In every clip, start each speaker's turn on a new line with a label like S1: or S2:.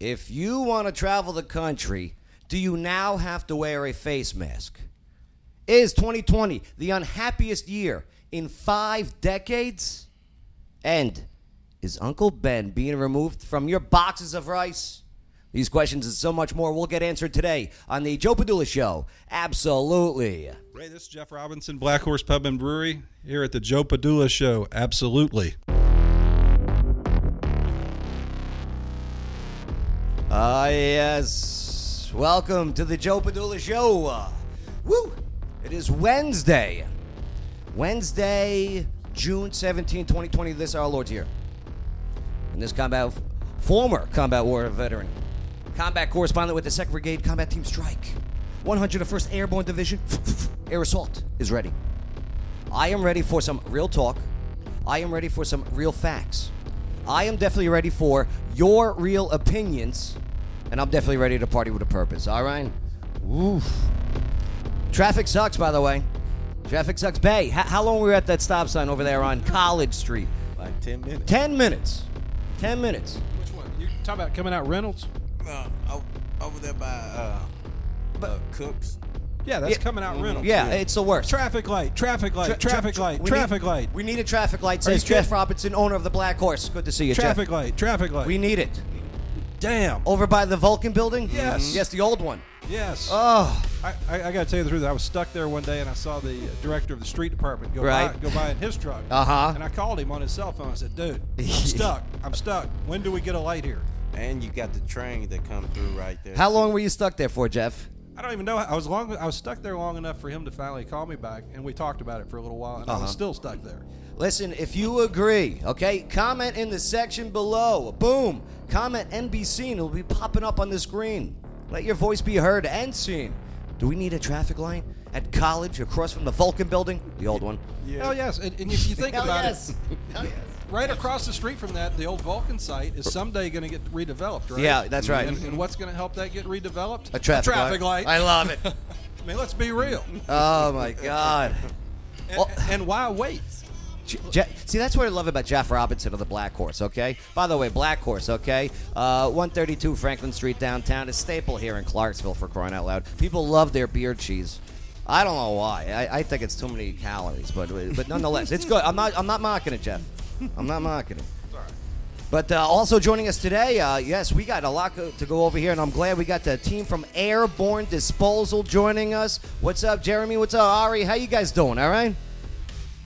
S1: If you want to travel the country, do you now have to wear a face mask? Is 2020 the unhappiest year in five decades? And is Uncle Ben being removed from your boxes of rice? These questions and so much more will get answered today on the Joe Padula Show. Absolutely.
S2: Ray, this is Jeff Robinson, Black Horse Pub and Brewery, here at the Joe Padula Show. Absolutely.
S1: Ah, yes. Welcome to the Joe Padula Show. Uh, woo! It is Wednesday. Wednesday, June 17, 2020, this our Lord's year. And this combat, former combat war veteran, combat correspondent with the 2nd Brigade Combat Team Strike, 101st Airborne Division, Air Assault is ready. I am ready for some real talk. I am ready for some real facts. I am definitely ready for your real opinions, and I'm definitely ready to party with a purpose. All right. Oof. Traffic sucks, by the way. Traffic sucks. Bay, how, how long were we at that stop sign over there on College Street?
S3: Like 10 minutes.
S1: Ten minutes. Ten minutes.
S4: Which one? You talking about coming out Reynolds?
S3: Uh, o- over there by uh, uh, Cooks.
S4: Yeah, that's
S1: Yeah.
S4: coming out Reynolds.
S1: Yeah, it's the worst.
S4: Traffic light, traffic light,
S1: Tra- tra-
S4: traffic
S1: tra-
S4: light,
S1: we
S4: traffic
S1: need-
S4: light,
S1: We need a traffic light.
S4: Are you
S1: Says Jeff
S4: kidding?
S1: Robinson, owner of the Black Horse. Good to see you,
S4: traffic
S1: Jeff.
S4: light, traffic light.
S1: We need Oh. it
S4: Damn.
S1: over by the Vulcan Building. Mm-hmm.
S4: Yes.
S1: Yes, the old one.
S4: Yes.
S1: Oh,
S4: I, I, I got to tell you the truth. I was stuck there one day, and I saw the uh, director of the street department go by,
S1: Right.
S4: go by in his truck.
S1: Uh-huh.
S4: And I called him on his cell phone. I said, "Dude, I'm stuck. I'm stuck. When do we get a light here?"
S3: And you got the train that come through right there.
S1: how long were you stuck there for, Jeff?
S4: I don't even know. I was long. I was stuck there long enough for him to finally call me back, and we talked about it for a little while, and I was
S1: Uh-huh.
S4: still stuck there.
S1: Listen, if you agree, okay, comment in the section below. Boom. Comment NBC and it'll be popping up on the screen. Let your voice be heard and seen. Do we need a traffic light at college across from the Vulcan building? The old one.
S4: Hell Oh, yes. And, and if you think
S1: Hell
S4: about
S1: Oh, yes.
S4: it,
S1: Hell yes.
S4: right across the street from that, the old Vulcan site is someday going to get redeveloped, right?
S1: Yeah, that's right.
S4: And, and what's going to help that get redeveloped?
S1: A traffic,
S4: light.
S1: I love it.
S4: I mean, let's be real.
S1: oh my God.
S4: And,
S1: Well-
S4: and why wait?
S1: Je- Je- See, that's what I love about Jeff Robinson of the Black Horse, okay? By the way, Black Horse, okay? Uh, 132 Franklin Street downtown, a staple here in Clarksville for crying out loud. People love their beer cheese. I don't know why. I, I think it's too many calories, but but nonetheless, it's good. I'm not I'm not mocking it, Jeff. I'm not mocking it. But uh, also joining us today, uh, yes, we got a lot go- to go over here, and I'm glad we got the team from Airborne Disposal joining us. What's up, Jeremy? What's up, Ari? How you guys doing? All right.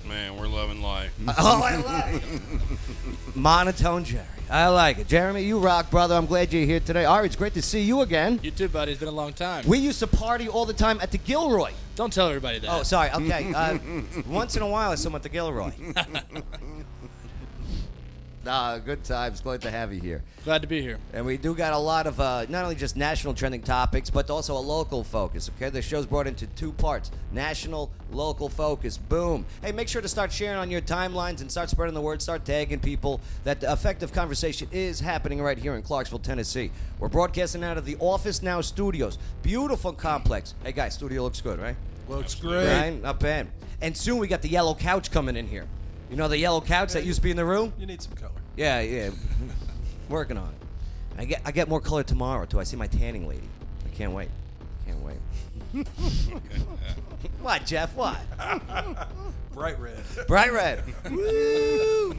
S5: Man, we're loving life.
S6: Uh,
S1: Oh, I like it. Monotone Jerry. I like it. Jeremy, you rock, brother. I'm glad you're here today. Ari, it's great to see you again.
S6: You too, buddy. It's been a long time.
S1: We used to party all the time at the Gilroy.
S6: Don't tell everybody that.
S1: Oh, sorry. Okay. Uh, once in a while, I swim at the Gilroy. nah, good times. Glad to have you here.
S6: Glad to be here.
S1: And we do got a lot of uh, not only just national trending topics, but also a local focus. Okay, the show's brought into two parts: national, local focus. Boom! Hey, make sure to start sharing on your timelines and start spreading the word. Start tagging people that the effective conversation is happening right here in Clarksville, Tennessee. We're broadcasting out of the Office Now Studios, beautiful complex. Hey guys, studio looks good, right?
S4: Looks
S5: Absolutely.
S4: great.
S1: Right, not bad. And soon we got the yellow couch coming in here. You know the yellow couch that used to be in the room.
S4: You need some color.
S1: Yeah, yeah. Working on it. I get I get more color tomorrow too. I see my tanning lady. I can't wait. Can't wait. what, Jeff? What?
S4: Bright red.
S1: Bright red. Woo!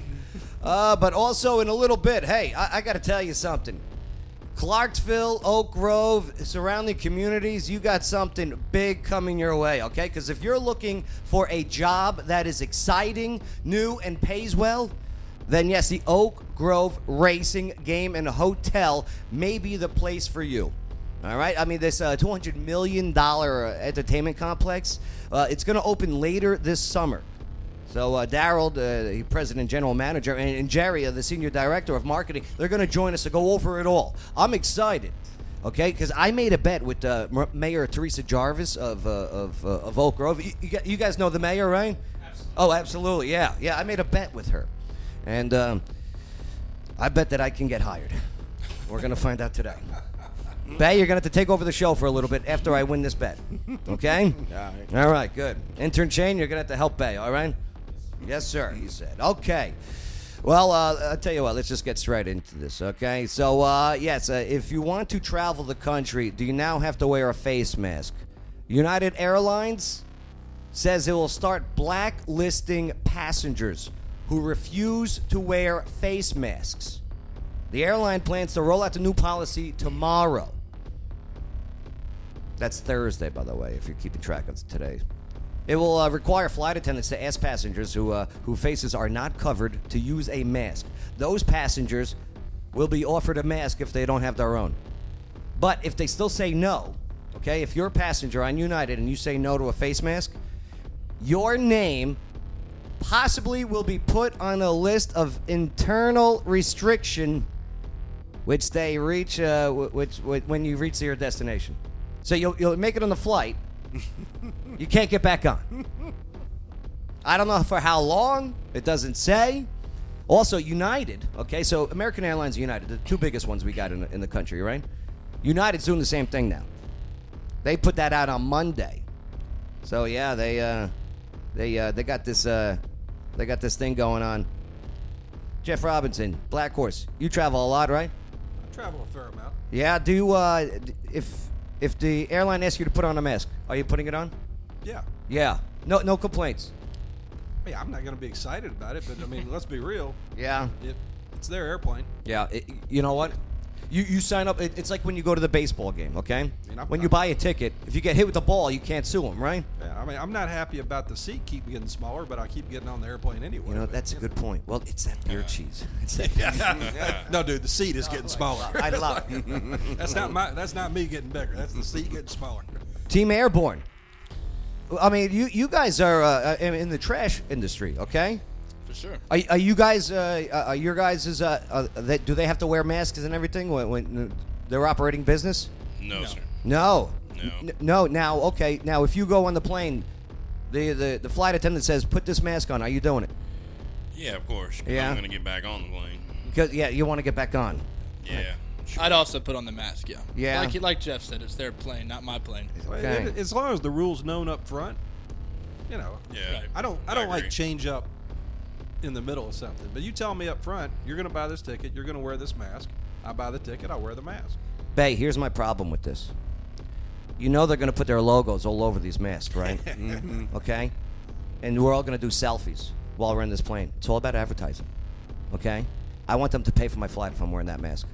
S1: Uh, but also in a little bit, hey, I, I got to tell you something. Clarksville, Oak Grove, surrounding communities, you got something big coming your way, okay? Because if you're looking for a job that is exciting, new, and pays well, then yes, the Oak Grove Racing Game and Hotel may be the place for you. All right. I mean, this uh, two hundred million dollar uh, entertainment complex. Uh, it's going to open later this summer. So uh, Daryl, uh, the president, general manager, and, and Jerry, uh, the senior director of marketing, they're going to join us to go over it all. I'm excited, okay? Because I made a bet with uh, M- Mayor Teresa Jarvis of uh, of, uh, of Oak Grove. You, you, gu- you guys know the mayor, right? Absolutely. Oh, absolutely. Yeah, yeah. I made a bet with her, and um, I bet that I can get hired. We're going to find out today. Bay, you're going to have to take over the show for a little bit after I win this bet. Okay? all
S3: right.
S1: All right, good. Intern Shane, you're going to have to help Bay, all right? Yes, sir, he said. Okay. Well, uh, I'll tell you what, let's just get straight into this, okay? So, uh, yes, uh, if you want to travel the country, do you now have to wear a face mask? United Airlines says it will start blacklisting passengers who refuse to wear face masks. The airline plans to roll out the new policy tomorrow. That's Thursday, by the way, if you're keeping track of today. It will uh, require flight attendants to ask passengers who uh, who faces are not covered to use a mask. Those passengers will be offered a mask if they don't have their own. But if they still say no, okay, if you're a passenger on United and you say no to a face mask, your name possibly will be put on a list of internal restriction which they reach uh, wh- which, which when you reach your destination. So you'll, you'll make it on the flight. you can't get back on. I don't know for how long. It doesn't say. Also, United. Okay, so American Airlines, and United, the two biggest ones we got in the, in the country, right? United's doing the same thing now. They put that out on Monday. So yeah, they uh, they uh, they got this uh, they got this thing going on. Jeff Robinson, Black Horse. You travel a lot, right?
S4: I travel a fair amount.
S1: Yeah. Do you, uh, d- if if the airline asks you to put on a mask, are you putting it on?
S4: Yeah.
S1: Yeah. No no complaints.
S4: Yeah, I'm not going to be excited about it, but I mean, let's be real.
S1: Yeah.
S4: It, it's their airplane.
S1: Yeah. It, you know what? You you sign up. It, it's like when you go to the baseball game. Okay.
S4: mean, I'm
S1: when
S4: not-
S1: you buy a ticket, if you get hit with the ball, you can't sue them, right?
S4: Yeah, I mean, I'm not happy about the seat keep getting smaller, but I keep getting on the airplane anyway.
S1: You know
S4: but-
S1: that's a good point. Well, it's that beer cheese. It's that.
S4: no, dude, the seat
S1: Oh,
S4: is getting smaller.
S1: I love. it.
S4: That's not my. That's not me getting bigger. That's the seat getting smaller.
S1: Team Airborne. I mean, you you guys are uh, in in the trash industry, okay?
S6: for sure.
S1: Are, are you guys? Uh, are your guys is uh, uh, that, do they have to wear masks and everything when, when uh, they're operating business?
S5: No, sir.
S1: No.
S5: No.
S1: N- no. Now, okay. Now, if you go on the plane, the, the the flight attendant says, "Put this mask on." Are you doing it?
S5: Yeah, of course. 'cause
S1: Yeah.
S5: I'm gonna get back on the plane.
S1: Because yeah, you want to get back on.
S5: Yeah.
S6: I'd also put on the mask. Yeah.
S1: Yeah.
S6: Like like Jeff said, it's their plane, not my plane.
S1: Okay.
S4: As long as the rules known up front, you know.
S5: Yeah.
S4: I don't. I don't like
S5: agree.
S4: change up in the middle of something. But you tell me up front, you're going to buy this ticket. You're going to wear this mask. I buy the ticket. I wear the mask.
S1: Bay, here's my problem with this. You know they're going to put their logos all over these masks, right?
S4: Mm-hmm.
S1: Okay? And we're all going to do selfies while we're in this plane. It's all about advertising. Okay? I want them to pay for my flight if I'm wearing that mask.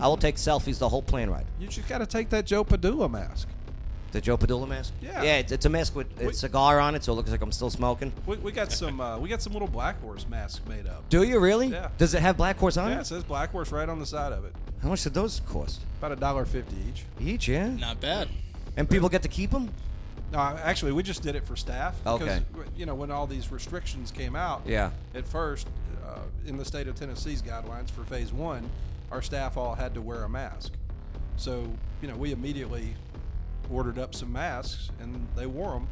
S1: I will take selfies the whole plane ride.
S4: You just got to take that Joe Padula mask.
S1: The Joe Padula mask?
S4: Yeah.
S1: Yeah, it's, it's a mask with a
S4: Wait.
S1: cigar on it, so it looks like I'm still smoking.
S4: We, we got some. Uh, we got some little black horse masks made up.
S1: Do you really?
S4: Yeah.
S1: Does it have Black Horse on
S4: Yeah, it
S1: it?
S4: says black horse right on the side of it.
S1: How much did those cost?
S4: About a dollar fifty each.
S1: Each, yeah?
S6: Not bad.
S1: And people get to keep them?
S4: No, I- actually, we just did it for staff.
S1: Okay.
S4: Because, you know, when all these restrictions came out,
S1: Yeah.
S4: at first, uh, in the state of Tennessee's guidelines for phase one, our staff all had to wear a mask. So, you know, we immediately ordered up some masks and they wore them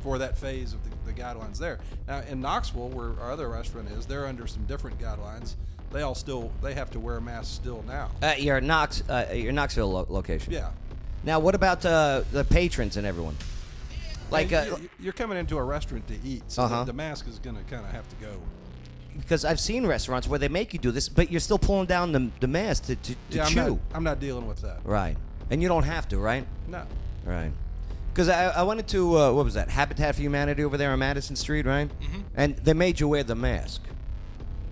S4: for that phase of the, the guidelines there. Now, in Knoxville, where our other restaurant is, they're under some different guidelines. They all still, they have to wear masks still now.
S1: At your, Knox, uh, at your Knoxville lo- location.
S4: Yeah.
S1: Now, what about uh, the patrons and everyone? Like,
S4: And
S1: uh,
S4: you- you're coming into a restaurant to eat, so the-
S1: Uh-huh.
S4: the mask is going to kind of have to go.
S1: because I've seen restaurants where they make you do this, but you're still pulling down the, the mask to, to, to
S4: yeah,
S1: chew.
S4: I'm not, I'm not dealing with that.
S1: Right. And you don't have to, right?
S4: No.
S1: Right. Because I, I wanted to, uh, what was that, Habitat for Humanity over there on Madison Street, right? Mm-hmm. And they made you wear the mask.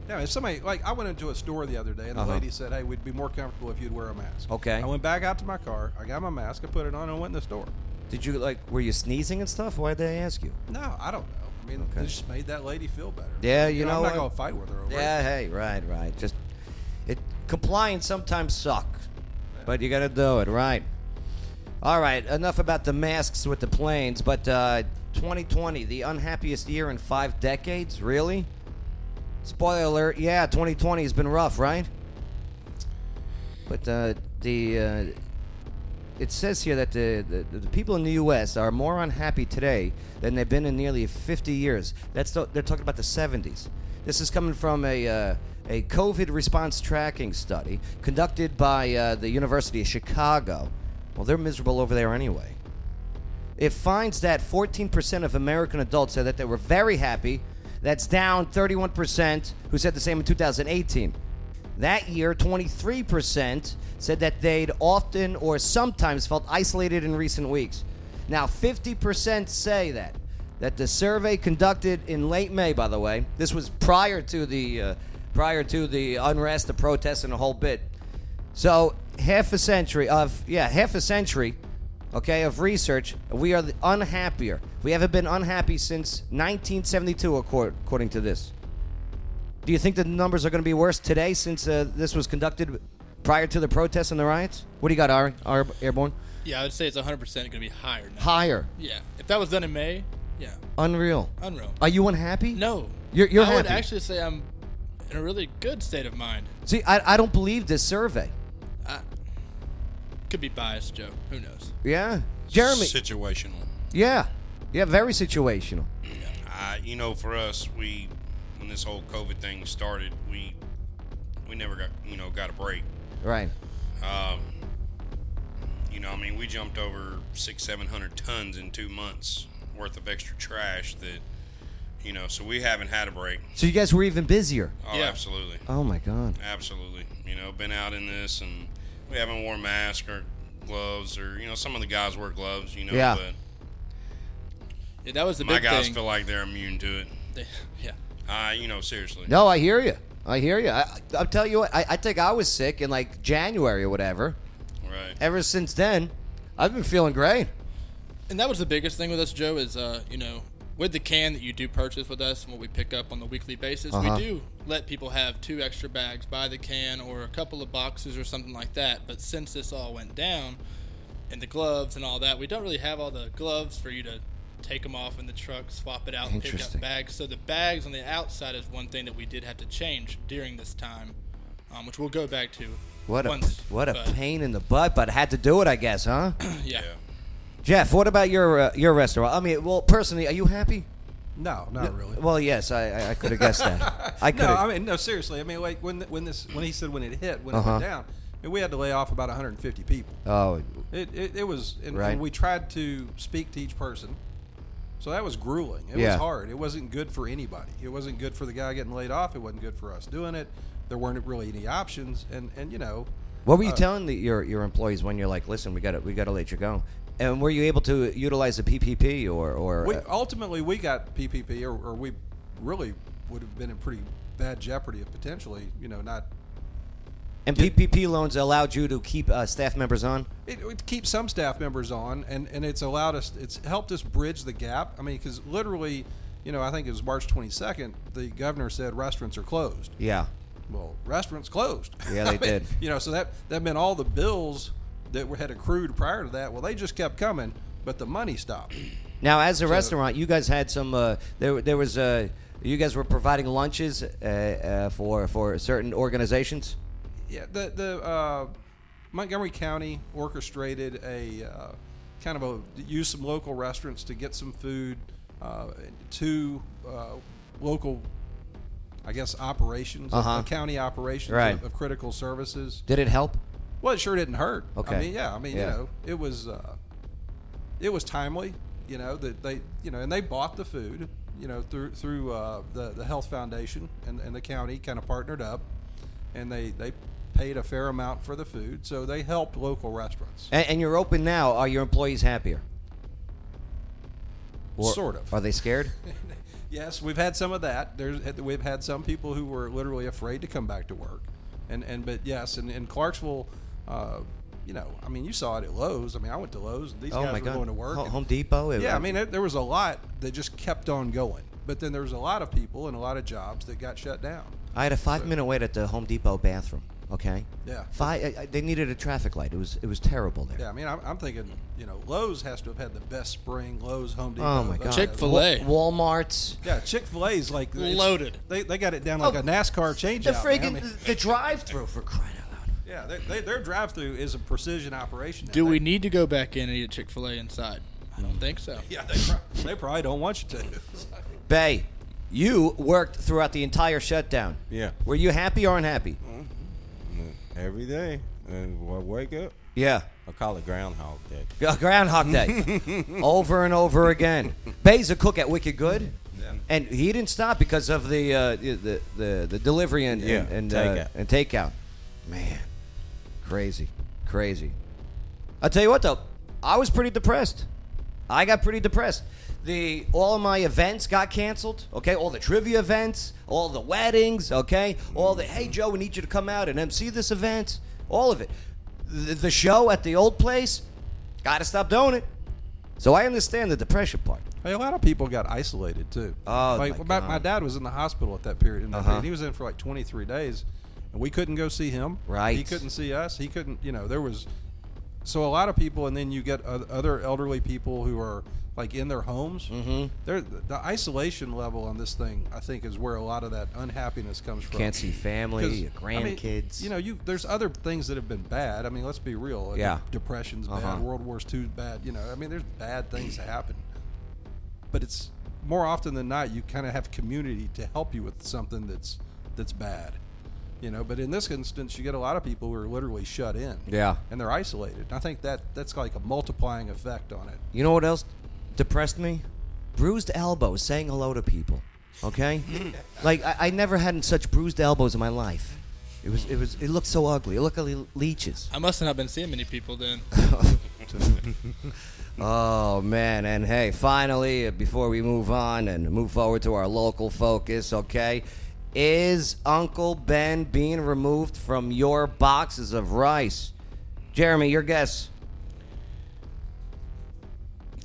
S4: Yeah, if somebody like I went into a store the other day and the
S1: Uh-huh.
S4: lady said, "Hey, we'd be more comfortable if you'd wear a mask."
S1: Okay.
S4: I went back out to my car. I got my mask. I put it on and went in the store.
S1: Did you, like, were you sneezing and stuff? Why'd they ask you?
S4: No, I don't know. I mean,
S1: Okay.
S4: it just made that lady feel better.
S1: Yeah, you know
S4: I'm not
S1: what?
S4: gonna fight with her over
S1: Yeah,
S4: it.
S1: hey, right, right. Just it compliance sometimes suck, but you got to do it right. All right, enough about the masks with the planes, but uh, 2020, the unhappiest year in five decades, really? Spoiler alert, yeah, 2020 has been rough, right? But uh, the uh, it says here that the, the the people in the U.S. are more unhappy today than they've been in nearly 50 years. That's the, they're talking about the 70s. This is coming from a uh, a COVID response tracking study conducted by uh, the University of Chicago. Well, they're miserable over there anyway. It finds that 14% of American adults said that they were very happy That's down 31% who said the same in 2018. That year, 23% said that they'd often or sometimes felt isolated in recent weeks. Now, 50% say that. That the survey conducted in late May, by the way, this was prior to the uh, prior to the unrest, the protests, and the whole bit. So half a century of yeah, half a century, okay, of research. We are the unhappier. We haven't been unhappy since 1972, according, according to this. Do you think the numbers are going to be worse today since uh, this was conducted prior to the protests and the riots? What do you got, Ari? Ar- Airborne?
S6: Yeah, I would say it's 100 percent going to be higher now.
S1: Higher.
S6: Yeah, if that was done in May, yeah,
S1: Unreal.
S6: unreal.
S1: Are you unhappy?
S6: no,
S1: You're- you're
S6: I would
S1: happy.
S6: actually say I'm in a really good state of mind.
S1: See, I, I don't believe this survey.
S6: Could be biased, Joe. Who knows?
S1: Yeah. Jeremy.
S5: Situational.
S1: Yeah. Yeah, very situational.
S5: I, you know, for us, we when this whole COVID thing started, we we never got you know got a break.
S1: Right.
S5: Um, you know, I mean, we jumped over six, seven hundred tons in two months worth of extra trash that, you know, so we haven't had a break.
S1: So you guys were even busier.
S5: Oh,
S6: Yeah.
S5: absolutely,
S1: Oh my god.
S5: absolutely. You know, been out in this, and we haven't worn masks or gloves, or you know, some of the guys wear gloves. You know,
S1: Yeah.
S5: but
S6: Yeah, that was the
S5: my
S6: big
S5: guys
S6: thing.
S5: feel like they're immune to it.
S6: They- yeah,
S5: Uh, you know, seriously.
S1: No, I hear you. I hear you. I, I- I'll tell you what. I, I think I was sick in like January or whatever.
S5: Right.
S1: Ever since then, I've been feeling great.
S6: and that was the biggest thing with us, Joe. Is uh, you know, with the can that you do purchase with us and what we pick up on the weekly basis,
S1: Uh-huh.
S6: we do let people have two extra bags by the can or a couple of boxes or something like that. But since this all went down, and the gloves and all that, we don't really have all the gloves for you to take them off in the truck, swap it out, and pick
S1: Interesting.
S6: up bags. So the bags on the outside is one thing that we did have to change during this time, um, which we'll go back to.
S1: What a
S6: once,
S1: what a
S6: but,
S1: pain in the butt, but I had to do it, I guess, huh?
S6: yeah.
S5: Yeah.
S1: Jeff, what about your uh, your restaurant? I mean, well, personally, are you happy?
S4: No, not really.
S1: Well, yes, I I, I could have guessed that. I could.
S4: no, I mean no, seriously. I mean like when when this when he said when it hit when it
S1: Uh-huh.
S4: went down, I mean, we had to lay off about 150 people.
S1: oh,
S4: It it, it was and, and
S1: Right.
S4: we tried to speak to each person. So that was grueling. It
S1: Yeah.
S4: was hard. It wasn't good for anybody. It wasn't good for the guy getting laid off. It wasn't good for us doing it. There weren't really any options and and you know,
S1: what
S4: uh,
S1: were you telling the, your your employees when you're like, listen, we got to we got to let you go? And were you able to utilize the PPP or or?
S4: we
S1: uh,
S4: ultimately we got PPP, or, or we really would have been in pretty bad jeopardy of potentially, you know, not
S1: And PPP loans allowed you to keep uh, staff members on.
S4: it, it keeps some staff members on, and, and it's allowed us, it's helped us bridge the gap. I mean, because literally, you know, I think it was March 22nd, the governor said restaurants are closed.
S1: Yeah.
S4: Well, restaurants closed.
S1: Yeah, they
S4: I mean,
S1: did.
S4: You know, so that, that meant all the bills that were, had accrued prior to that, well, they just kept coming, but the money stopped.
S1: Now, as a restaurant, you guys had some. Uh, there, there was. Uh, you guys were providing lunches uh, uh, for for certain organizations.
S4: Yeah, the the uh, Montgomery County orchestrated a uh, kind of a use some local restaurants to get some food uh, to uh, local, I guess operations, uh,
S1: Uh-huh.
S4: county operations
S1: Right.
S4: of, of critical services.
S1: Did it help?
S4: Well, it sure didn't hurt.
S1: Okay.
S4: I mean, yeah. I mean,
S1: Yeah.
S4: you know, it was uh, it was timely. You know that they, you know, and they bought the food. You know, through through uh, the the health foundation and, and the county kind of partnered up, and they they paid a fair amount for the food, so they helped local restaurants.
S1: And, and you're open now. Are your employees happier?
S4: Sort of.
S1: Are they scared?
S4: Yes, we've had some of that. There's eh, we've had some people who were literally afraid to come back to work, and and but yes, and in Clarksville, uh, you know, I mean, you saw it at Lowe's. I mean, I went to Lowe's. And these
S1: oh
S4: guys
S1: my
S4: were
S1: God!
S4: going to work.
S1: Ho-
S4: and-
S1: Home Depot. It-
S4: Yeah, I mean, it, there was a lot that just kept on going. But then there was a lot of people and a lot of jobs that got shut down.
S1: I had a five minute wait at the Home Depot bathroom. Okay.
S4: Yeah.
S1: Five. I, I- they needed a traffic light. It was it was terrible there.
S4: Yeah, I mean, I'm, I'm thinking, you know, Lowe's has to have had the best spring. Lowe's, Home Depot.
S1: Oh my
S4: those
S1: God.
S4: guys.
S6: Chick-fil-A. Filet.
S1: Wa- Walmart's.
S4: Yeah, Chick Fil A's like it's-
S6: Loaded.
S4: They, they got it down like
S1: Oh,
S4: a NASCAR changeout.
S1: The
S4: man. I
S1: friggin'
S4: mean,
S1: the drive through for crying out loud.
S4: yeah, they, they, their drive-through is a precision operation. now.
S6: Do we
S4: They,
S6: need to go back in and eat a Chick Fil A inside? I don't think so.
S4: yeah, they, pro- they probably don't want you to.
S1: Bay, you worked throughout the entire shutdown.
S7: Yeah.
S1: Were you happy or unhappy?
S7: Every day. And I wake up,
S1: Yeah.
S7: I call it Groundhog Day.
S1: Groundhog Day, over and over again. Bay's a cook at Wicked Good. And he didn't stop because of the uh, the, the the delivery and
S7: Yeah,
S1: and, and,
S7: takeout.
S1: Uh, and takeout. Man, crazy, crazy. I tell you what though, I was pretty depressed. I got pretty depressed. The all of my events got canceled. Okay, all the trivia events, all the weddings. Okay, all the hey Joe, we need you to come out and MC this event. All of it. The, the show at the old place. Got to stop doing it. So I understand the depression part.
S4: Hey, a lot of people got isolated too.
S1: Oh,
S4: like
S1: my
S4: my,
S1: God.
S4: my dad was in the hospital at that period, and that
S1: Uh-huh.
S4: period. he was in for like 23 days, and we couldn't go see him.
S1: Right.
S4: he couldn't see us. He couldn't, you know, there was so a lot of people, and then you get oth- other elderly people who are like in their homes. Mm-hmm. They're, the isolation level on this thing, I think, is where a lot of that unhappiness comes from.
S1: Can't see family,
S4: 'Cause,
S1: your
S4: I mean,
S1: grandkids.
S4: you know, you there's other things that have been bad. I mean, let's be real. Like,
S1: Yeah.
S4: depression's bad.
S1: Uh-huh.
S4: World War's two's bad. You know, I mean, there's bad things that happen. But it's more often than not, you kind of have community to help you with something that's that's bad. You know, but in this instance, you get a lot of people who are literally shut in.
S1: Yeah.
S4: and they're isolated. And I think that that's like a multiplying effect on it.
S1: You know what else depressed me? Bruised elbows, saying hello to people. Okay, like I, I never had such bruised elbows in my life. It was, it was, it looked so ugly. It looked like le- leeches.
S6: I must have not been seeing many people then.
S1: Oh man! And hey, finally, uh, before we move on and move forward to our local focus, okay, is Uncle Ben being removed from your boxes of rice? Jeremy, your guess?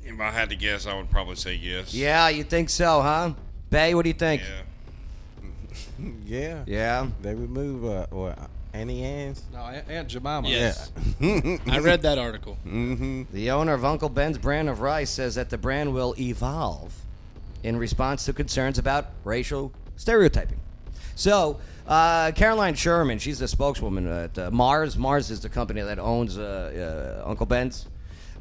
S5: If I had to guess, I would probably say yes.
S1: Yeah, you think so, huh? Bay, what do you think?
S5: Yeah.
S7: Yeah.
S1: Yeah.
S7: They remove uh, or any ends.
S4: No, Aunt, Aunt Jemima.
S6: Yes. I read that article.
S1: The owner of Uncle Ben's brand of rice says that the brand will evolve in response to concerns about racial stereotyping. So, uh, Caroline Sherman, she's the spokeswoman at uh, Mars. Mars is the company that owns uh, uh, Uncle Ben's.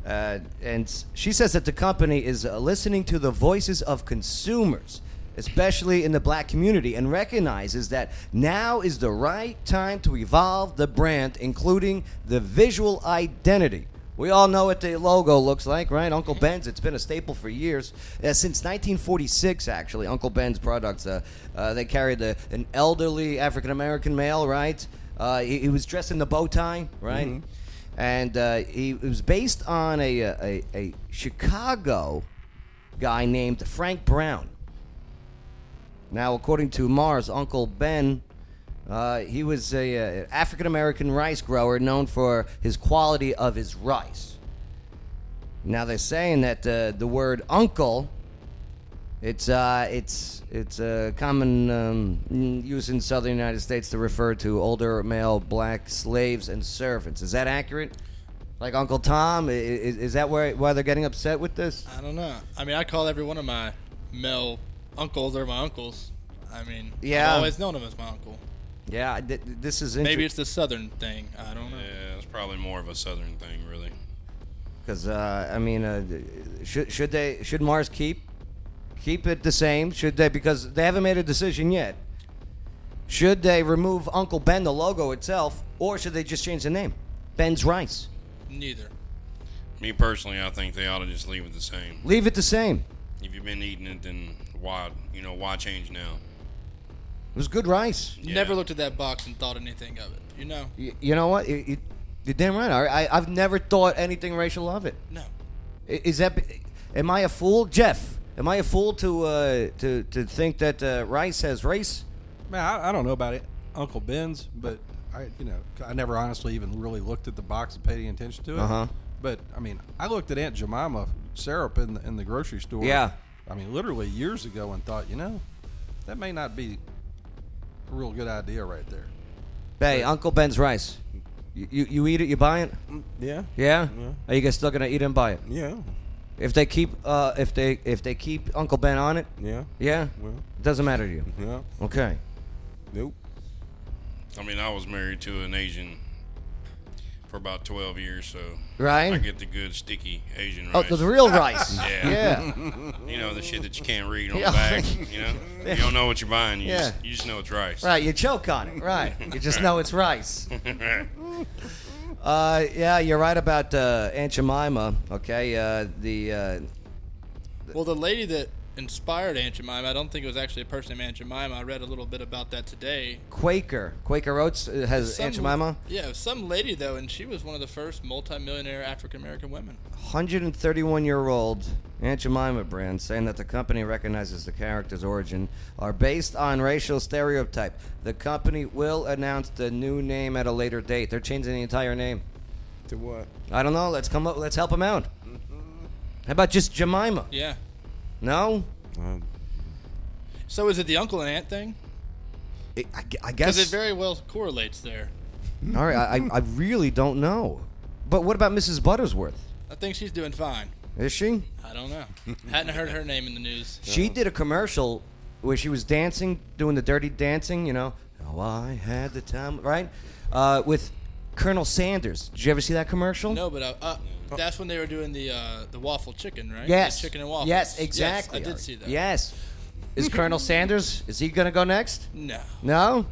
S1: Uh, and s- she says that the company is uh, listening to the voices of consumers, especially in the black community, and recognizes that now is the right time to evolve the brand, including the visual identity. We all know what the logo looks like, right? Uncle Ben's. It's been a staple for years, uh, since 1946. Actually, Uncle Ben's products. Uh, uh, they carried a, an elderly African American male, right? Uh, he, he was dressed in the bow tie, right? And uh, he it was based on a, uh, a a Chicago guy named Frank Brown. Now, according to Mars, Uncle Ben, uh, he was a uh, African American rice grower known for his quality of his rice. Now they're saying that uh, the word uncle, it's uh, it's it's a common um, mm, use in southern United States to refer to older male black slaves and servants. Is that accurate? Like Uncle Tom, is, is that where, why they're getting upset with this?
S6: I don't know. I mean, I call every one of my male uncles or my uncles. I mean,
S1: Yeah.
S6: I've always known him as my uncle.
S1: Yeah, th- th- this is
S6: Maybe
S1: interesting.
S6: it's the southern thing. I don't know.
S5: Yeah, it's probably more of a southern thing, really.
S1: Because uh, I mean, uh, should should they should Mars keep keep it the same? Should they because they haven't made a decision yet. Should they remove Uncle Ben the logo itself, or should they just change the name, Ben's Rice?
S6: Neither.
S5: Me personally, I think they ought to just leave it the same.
S1: Leave it the same.
S5: If you've been eating it, then why, you know, why change now?
S1: It was good rice.
S5: Yeah.
S6: Never looked at that box and thought anything of it. You know?
S1: You, you know what? You, you, you're damn right. I, I I've never thought anything racial of it.
S6: No.
S1: I- Is that? Am I a fool, Jeff? Am I a fool to uh, to to think that uh, rice has race?
S4: Man, I, I don't know about it, Uncle Ben's, but I, you know, I never honestly even really looked at the box and paid any attention to it.
S1: Uh-huh.
S4: But I mean, I looked at Aunt Jemima syrup in the, in the grocery store.
S1: Yeah.
S4: I mean, literally years ago, and thought, you know, that may not be a real good idea right there.
S1: Hey, Uncle Ben's rice. You, you, you eat it, you buy it?
S7: Yeah.
S1: Yeah? Are you guys still gonna eat and buy it?
S7: Yeah.
S1: If they keep uh if they if they keep Uncle Ben on it,
S7: Yeah.
S1: yeah?
S7: Well.
S1: It doesn't matter to you.
S7: Yeah.
S1: Okay.
S7: Nope.
S5: I mean, I was married to an Asian for about 12 years, so I
S1: Right?
S5: get the good sticky Asian
S1: oh,
S5: rice.
S1: the, the real rice.
S5: Yeah.
S1: Yeah.
S5: you know, the shit that you can't read on
S1: Yeah.
S5: the back. You know, you don't know what you're buying. You,
S1: Yeah.
S5: just, you just know it's rice.
S1: Right, you choke on it. Right. You just know it's rice. Uh yeah, you're right about uh Aunt Jemima, okay? Uh the uh
S6: Well, the lady that inspired Aunt Jemima. I don't think it was actually a person named Aunt Jemima. I read a little bit about that today.
S1: Quaker. Quaker Oats uh, has Aunt Jemima.
S6: Yeah, some lady though, and she was one of the first multimillionaire African American women.
S1: 131 year old Aunt Jemima brand saying that the company recognizes the character's origin are based on racial stereotype. The company will announce the new name at a later date. They're changing the entire name.
S7: To what?
S1: I don't know. Let's come up. Let's help them out.
S6: Mm-hmm.
S1: How about just Jemima?
S6: Yeah.
S1: No.
S7: Um,
S6: So is it the uncle and aunt thing?
S1: It, I, gu- I
S6: Because
S1: guess.
S6: it very well correlates there.
S1: All right. I, I I really don't know. But what about Mrs. Buttersworth?
S6: I think she's doing fine.
S1: Is she?
S6: I don't know. Hadn't heard her name in the news.
S1: She did a commercial where she was dancing, doing the dirty dancing, you know. Oh, I had the time, right? Uh, with Colonel Sanders. Did you ever see that commercial?
S6: No, but uh, uh, that's when they were doing the uh, the waffle chicken, right?
S1: Yes.
S6: The chicken and waffles.
S1: Yes, exactly.
S6: Yes, I did see that.
S1: Yes. Is Colonel Sanders, is he going to go next?
S6: No.
S1: No?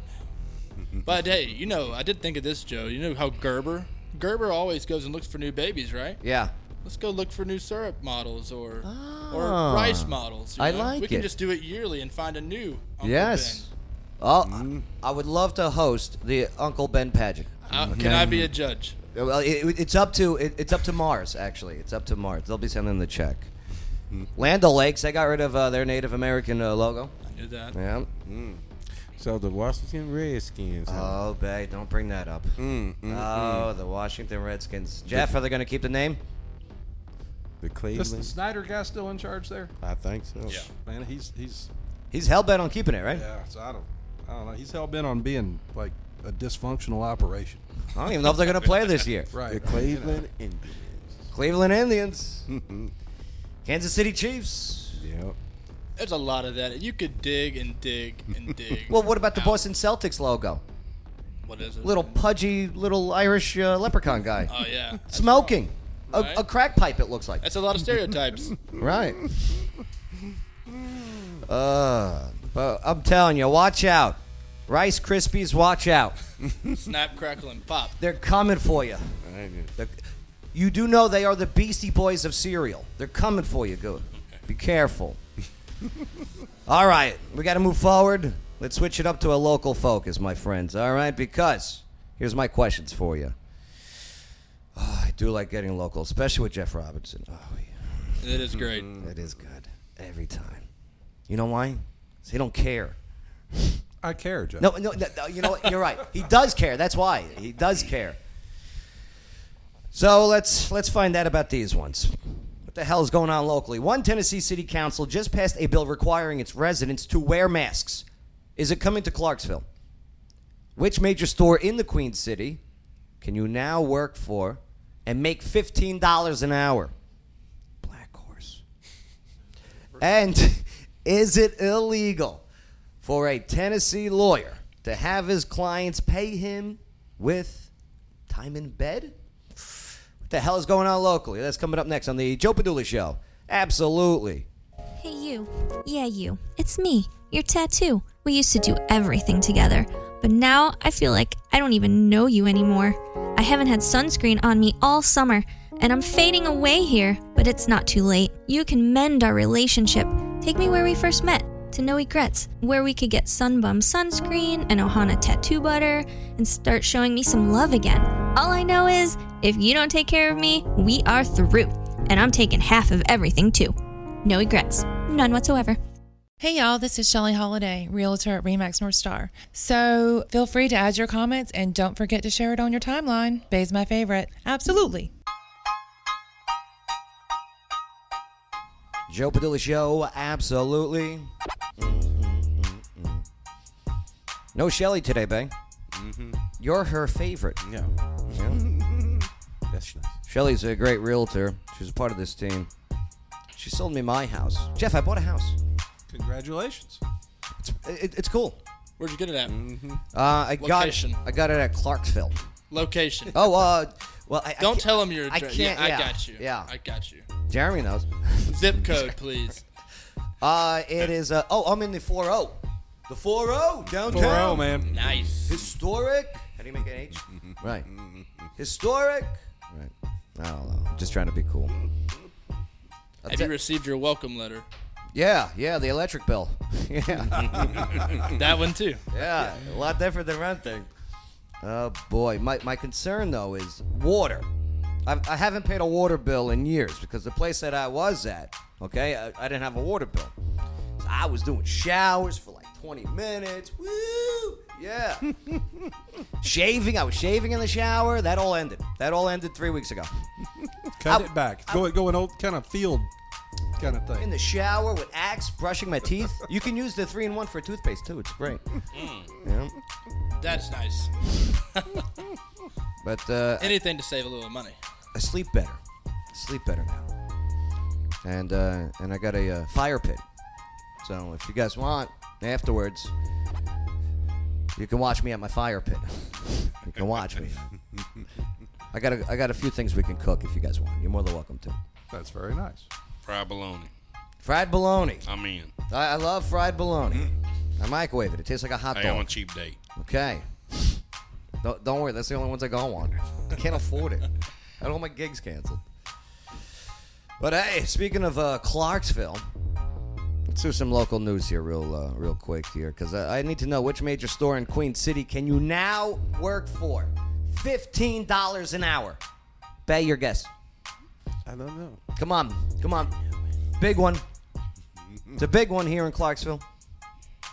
S6: But hey, you know, I did think of this, Joe. You know how Gerber Gerber always goes and looks for new babies, right?
S1: Yeah.
S6: Let's go look for new syrup models or
S1: Ah.
S6: or rice models. you
S1: I
S6: know?
S1: like
S6: We can
S1: it.
S6: just do it yearly and find a new. Uncle
S1: yes. Oh, I I would love to host the Uncle Ben pageant.
S6: Ben. Uh, Can I be a judge?
S1: Well, it, it's up to it, it's up to Mars actually. It's up to Mars. They'll be sending the check. Land O'Lakes, they got rid of uh, their Native American uh, logo.
S6: I knew that.
S1: Yeah.
S7: so the Washington Redskins. huh?
S1: Oh, babe, don't bring that up. oh, the Washington Redskins. Jeff, are they going to keep the name?
S7: the
S4: Is the
S7: Cleveland.
S4: Snyder guy still in charge there?
S7: I think so.
S5: Yeah.
S4: Man, he's he's
S1: He's hell bent on keeping it, right?
S4: yeah. So I don't I don't know. He's hell bent on being like a dysfunctional operation.
S1: I don't even know if they're going to play this year.
S4: Right.
S7: The Cleveland Indians.
S1: Cleveland Indians, Kansas City Chiefs.
S7: Yep.
S6: There's a lot of that. You could dig and dig and dig.
S1: Well, what about the
S6: out.
S1: Boston Celtics logo?
S6: What is it?
S1: Little pudgy, little Irish uh, leprechaun guy.
S6: Oh yeah. That's
S1: Smoking. A,
S6: Right.
S1: a crack pipe, it looks like.
S6: That's a lot of stereotypes.
S1: Right. Uh, but I'm telling you, watch out. Rice Krispies, watch out.
S6: Snap, crackle, and pop.
S1: They're coming for you.
S7: I ain't-
S1: They're- you do know they are the Beastie Boys of cereal. They're coming for you, good. Be careful. All right, we got to move forward. Let's switch it up to a local focus, my friends. All right, because here's my questions for you. Oh, I do like getting local, especially with Jeff Robinson. Oh, yeah.
S6: It is great.
S1: That is good every time. You know why? 'Cause he don't care.
S4: I care, Joe.
S1: No, no, no, no, you know what? You're right. He does care. That's why he does care. So let's let's find out about these ones. What the hell is going on locally? One Tennessee City Council just passed a bill requiring its residents to wear masks. Is it coming to Clarksville? Which major store in the Queen City can you now work for and make fifteen dollars an hour? Black Horse. And is it illegal for a Tennessee lawyer to have his clients pay him with time in bed? What the hell is going on locally? That's coming up next on the Joe Padula Show. Absolutely.
S8: Hey, you. Yeah, you. It's me, your tattoo. We used to do everything together, but now I feel like I don't even know you anymore. I haven't had sunscreen on me all summer, and I'm fading away here, but it's not too late. You can mend our relationship. Take me where we first met. To No Regrets, where we could get Sunbum sunscreen and Ohana tattoo butter and start showing me some love again. All I know is, if you don't take care of me, we are through. And I'm taking half of everything too. No regrets. None whatsoever.
S9: Hey y'all, this is Shelly Holiday, Realtor at Remax North Star. So feel free to add your comments and don't forget to share it on your timeline. Bay's my favorite. Absolutely.
S1: Joe Padula Show, absolutely. No Shelly today, Bang.
S7: Mm-hmm.
S1: You're her favorite.
S7: No. That's nice.
S1: Shelly's a great realtor. She's a part of this team. She sold me my house. Jeff, I bought a house.
S4: Congratulations.
S1: It's, it, it's cool.
S6: Where'd you get it at?
S1: Uh, I got
S6: Location.
S1: I got it at Clarksville.
S6: Location.
S1: Oh, uh, well, I, I
S6: Don't
S1: can't-
S6: tell him your
S1: I
S6: address.
S1: can't.
S6: Yeah,
S1: Yeah,
S6: I got you.
S1: Yeah,
S6: I got you.
S1: Jeremy knows.
S6: Zip code, please.
S1: Uh, it is. Uh, oh, I'm in the 4-0. The 4-0 downtown.
S4: Bro, oh, man.
S6: Nice.
S1: Historic. How do you make an H? right. Historic. Right. I don't know. Just trying to be cool.
S6: Have you received your welcome letter?
S1: Yeah, yeah, the electric bill. Yeah.
S6: That one too.
S1: Yeah, a lot different than rent thing. Oh boy, my, my concern though is water. I've, I haven't paid a water bill in years because the place that I was at, okay, I, I didn't have a water bill. So I was doing showers for like 20 minutes. Woo! Yeah. shaving, I was shaving in the shower. That all ended. That all ended three weeks ago.
S4: Cut
S1: I-
S4: it back. Go go an old kind of field kind of
S1: In
S4: thing.
S1: the shower with axe, brushing my teeth. You can use the three in one for toothpaste too. It's great. Yeah.
S6: That's nice.
S1: But uh,
S6: Anything to save a little money.
S1: I sleep better. Sleep better now. And uh, and I got a uh, fire pit. So if you guys want, afterwards, you can watch me at my fire pit. You can watch me. I got a, I got a few things we can cook if you guys want. You're more than welcome to.
S4: That's very nice.
S5: Fried bologna.
S1: Fried bologna.
S5: I'm in.
S1: I, I love fried bologna. I microwave it. It tastes like a hot
S5: Hey, I'm on
S1: dog.
S5: a cheap date.
S1: Okay. Don't, don't worry. That's the only ones I go on. I can't afford it. I had all my gigs canceled. But hey, speaking of uh, Clarksville, let's do some local news here, real, uh, real quick here, because I, I need to know which major store in Queen City can you now work for? Fifteen dollars an hour. Bet your guess.
S7: I don't know.
S1: Come on, come on. Big one. It's a big one here in Clarksville.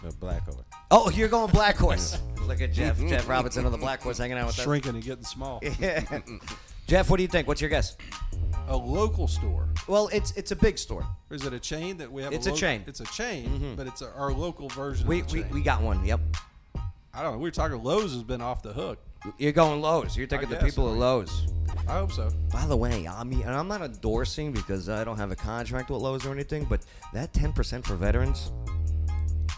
S7: The black over.
S1: Oh, you're going Black Horse. Look at Jeff. Jeff Robinson on the Black Horse hanging out with us.
S4: Shrinking and getting small.
S1: Jeff, what do you think? What's your guess?
S4: A local store.
S1: Well, it's it's a big store.
S4: Or is it a chain that we have?
S1: It's a
S4: lo-
S1: chain. Mm-hmm.
S4: It's a chain, but it's a, our local version.
S1: We,
S4: of the
S1: we,
S4: chain.
S1: we got one. Yep.
S4: I don't know. We were talking. Lowe's has been off the hook.
S1: You're going Lowe's. You're thinking
S4: I
S1: the
S4: guess,
S1: people at Lowe's.
S4: I hope so.
S1: By the way, I mean, and I'm not endorsing because I don't have a contract with Lowe's or anything, but that 10% for veterans,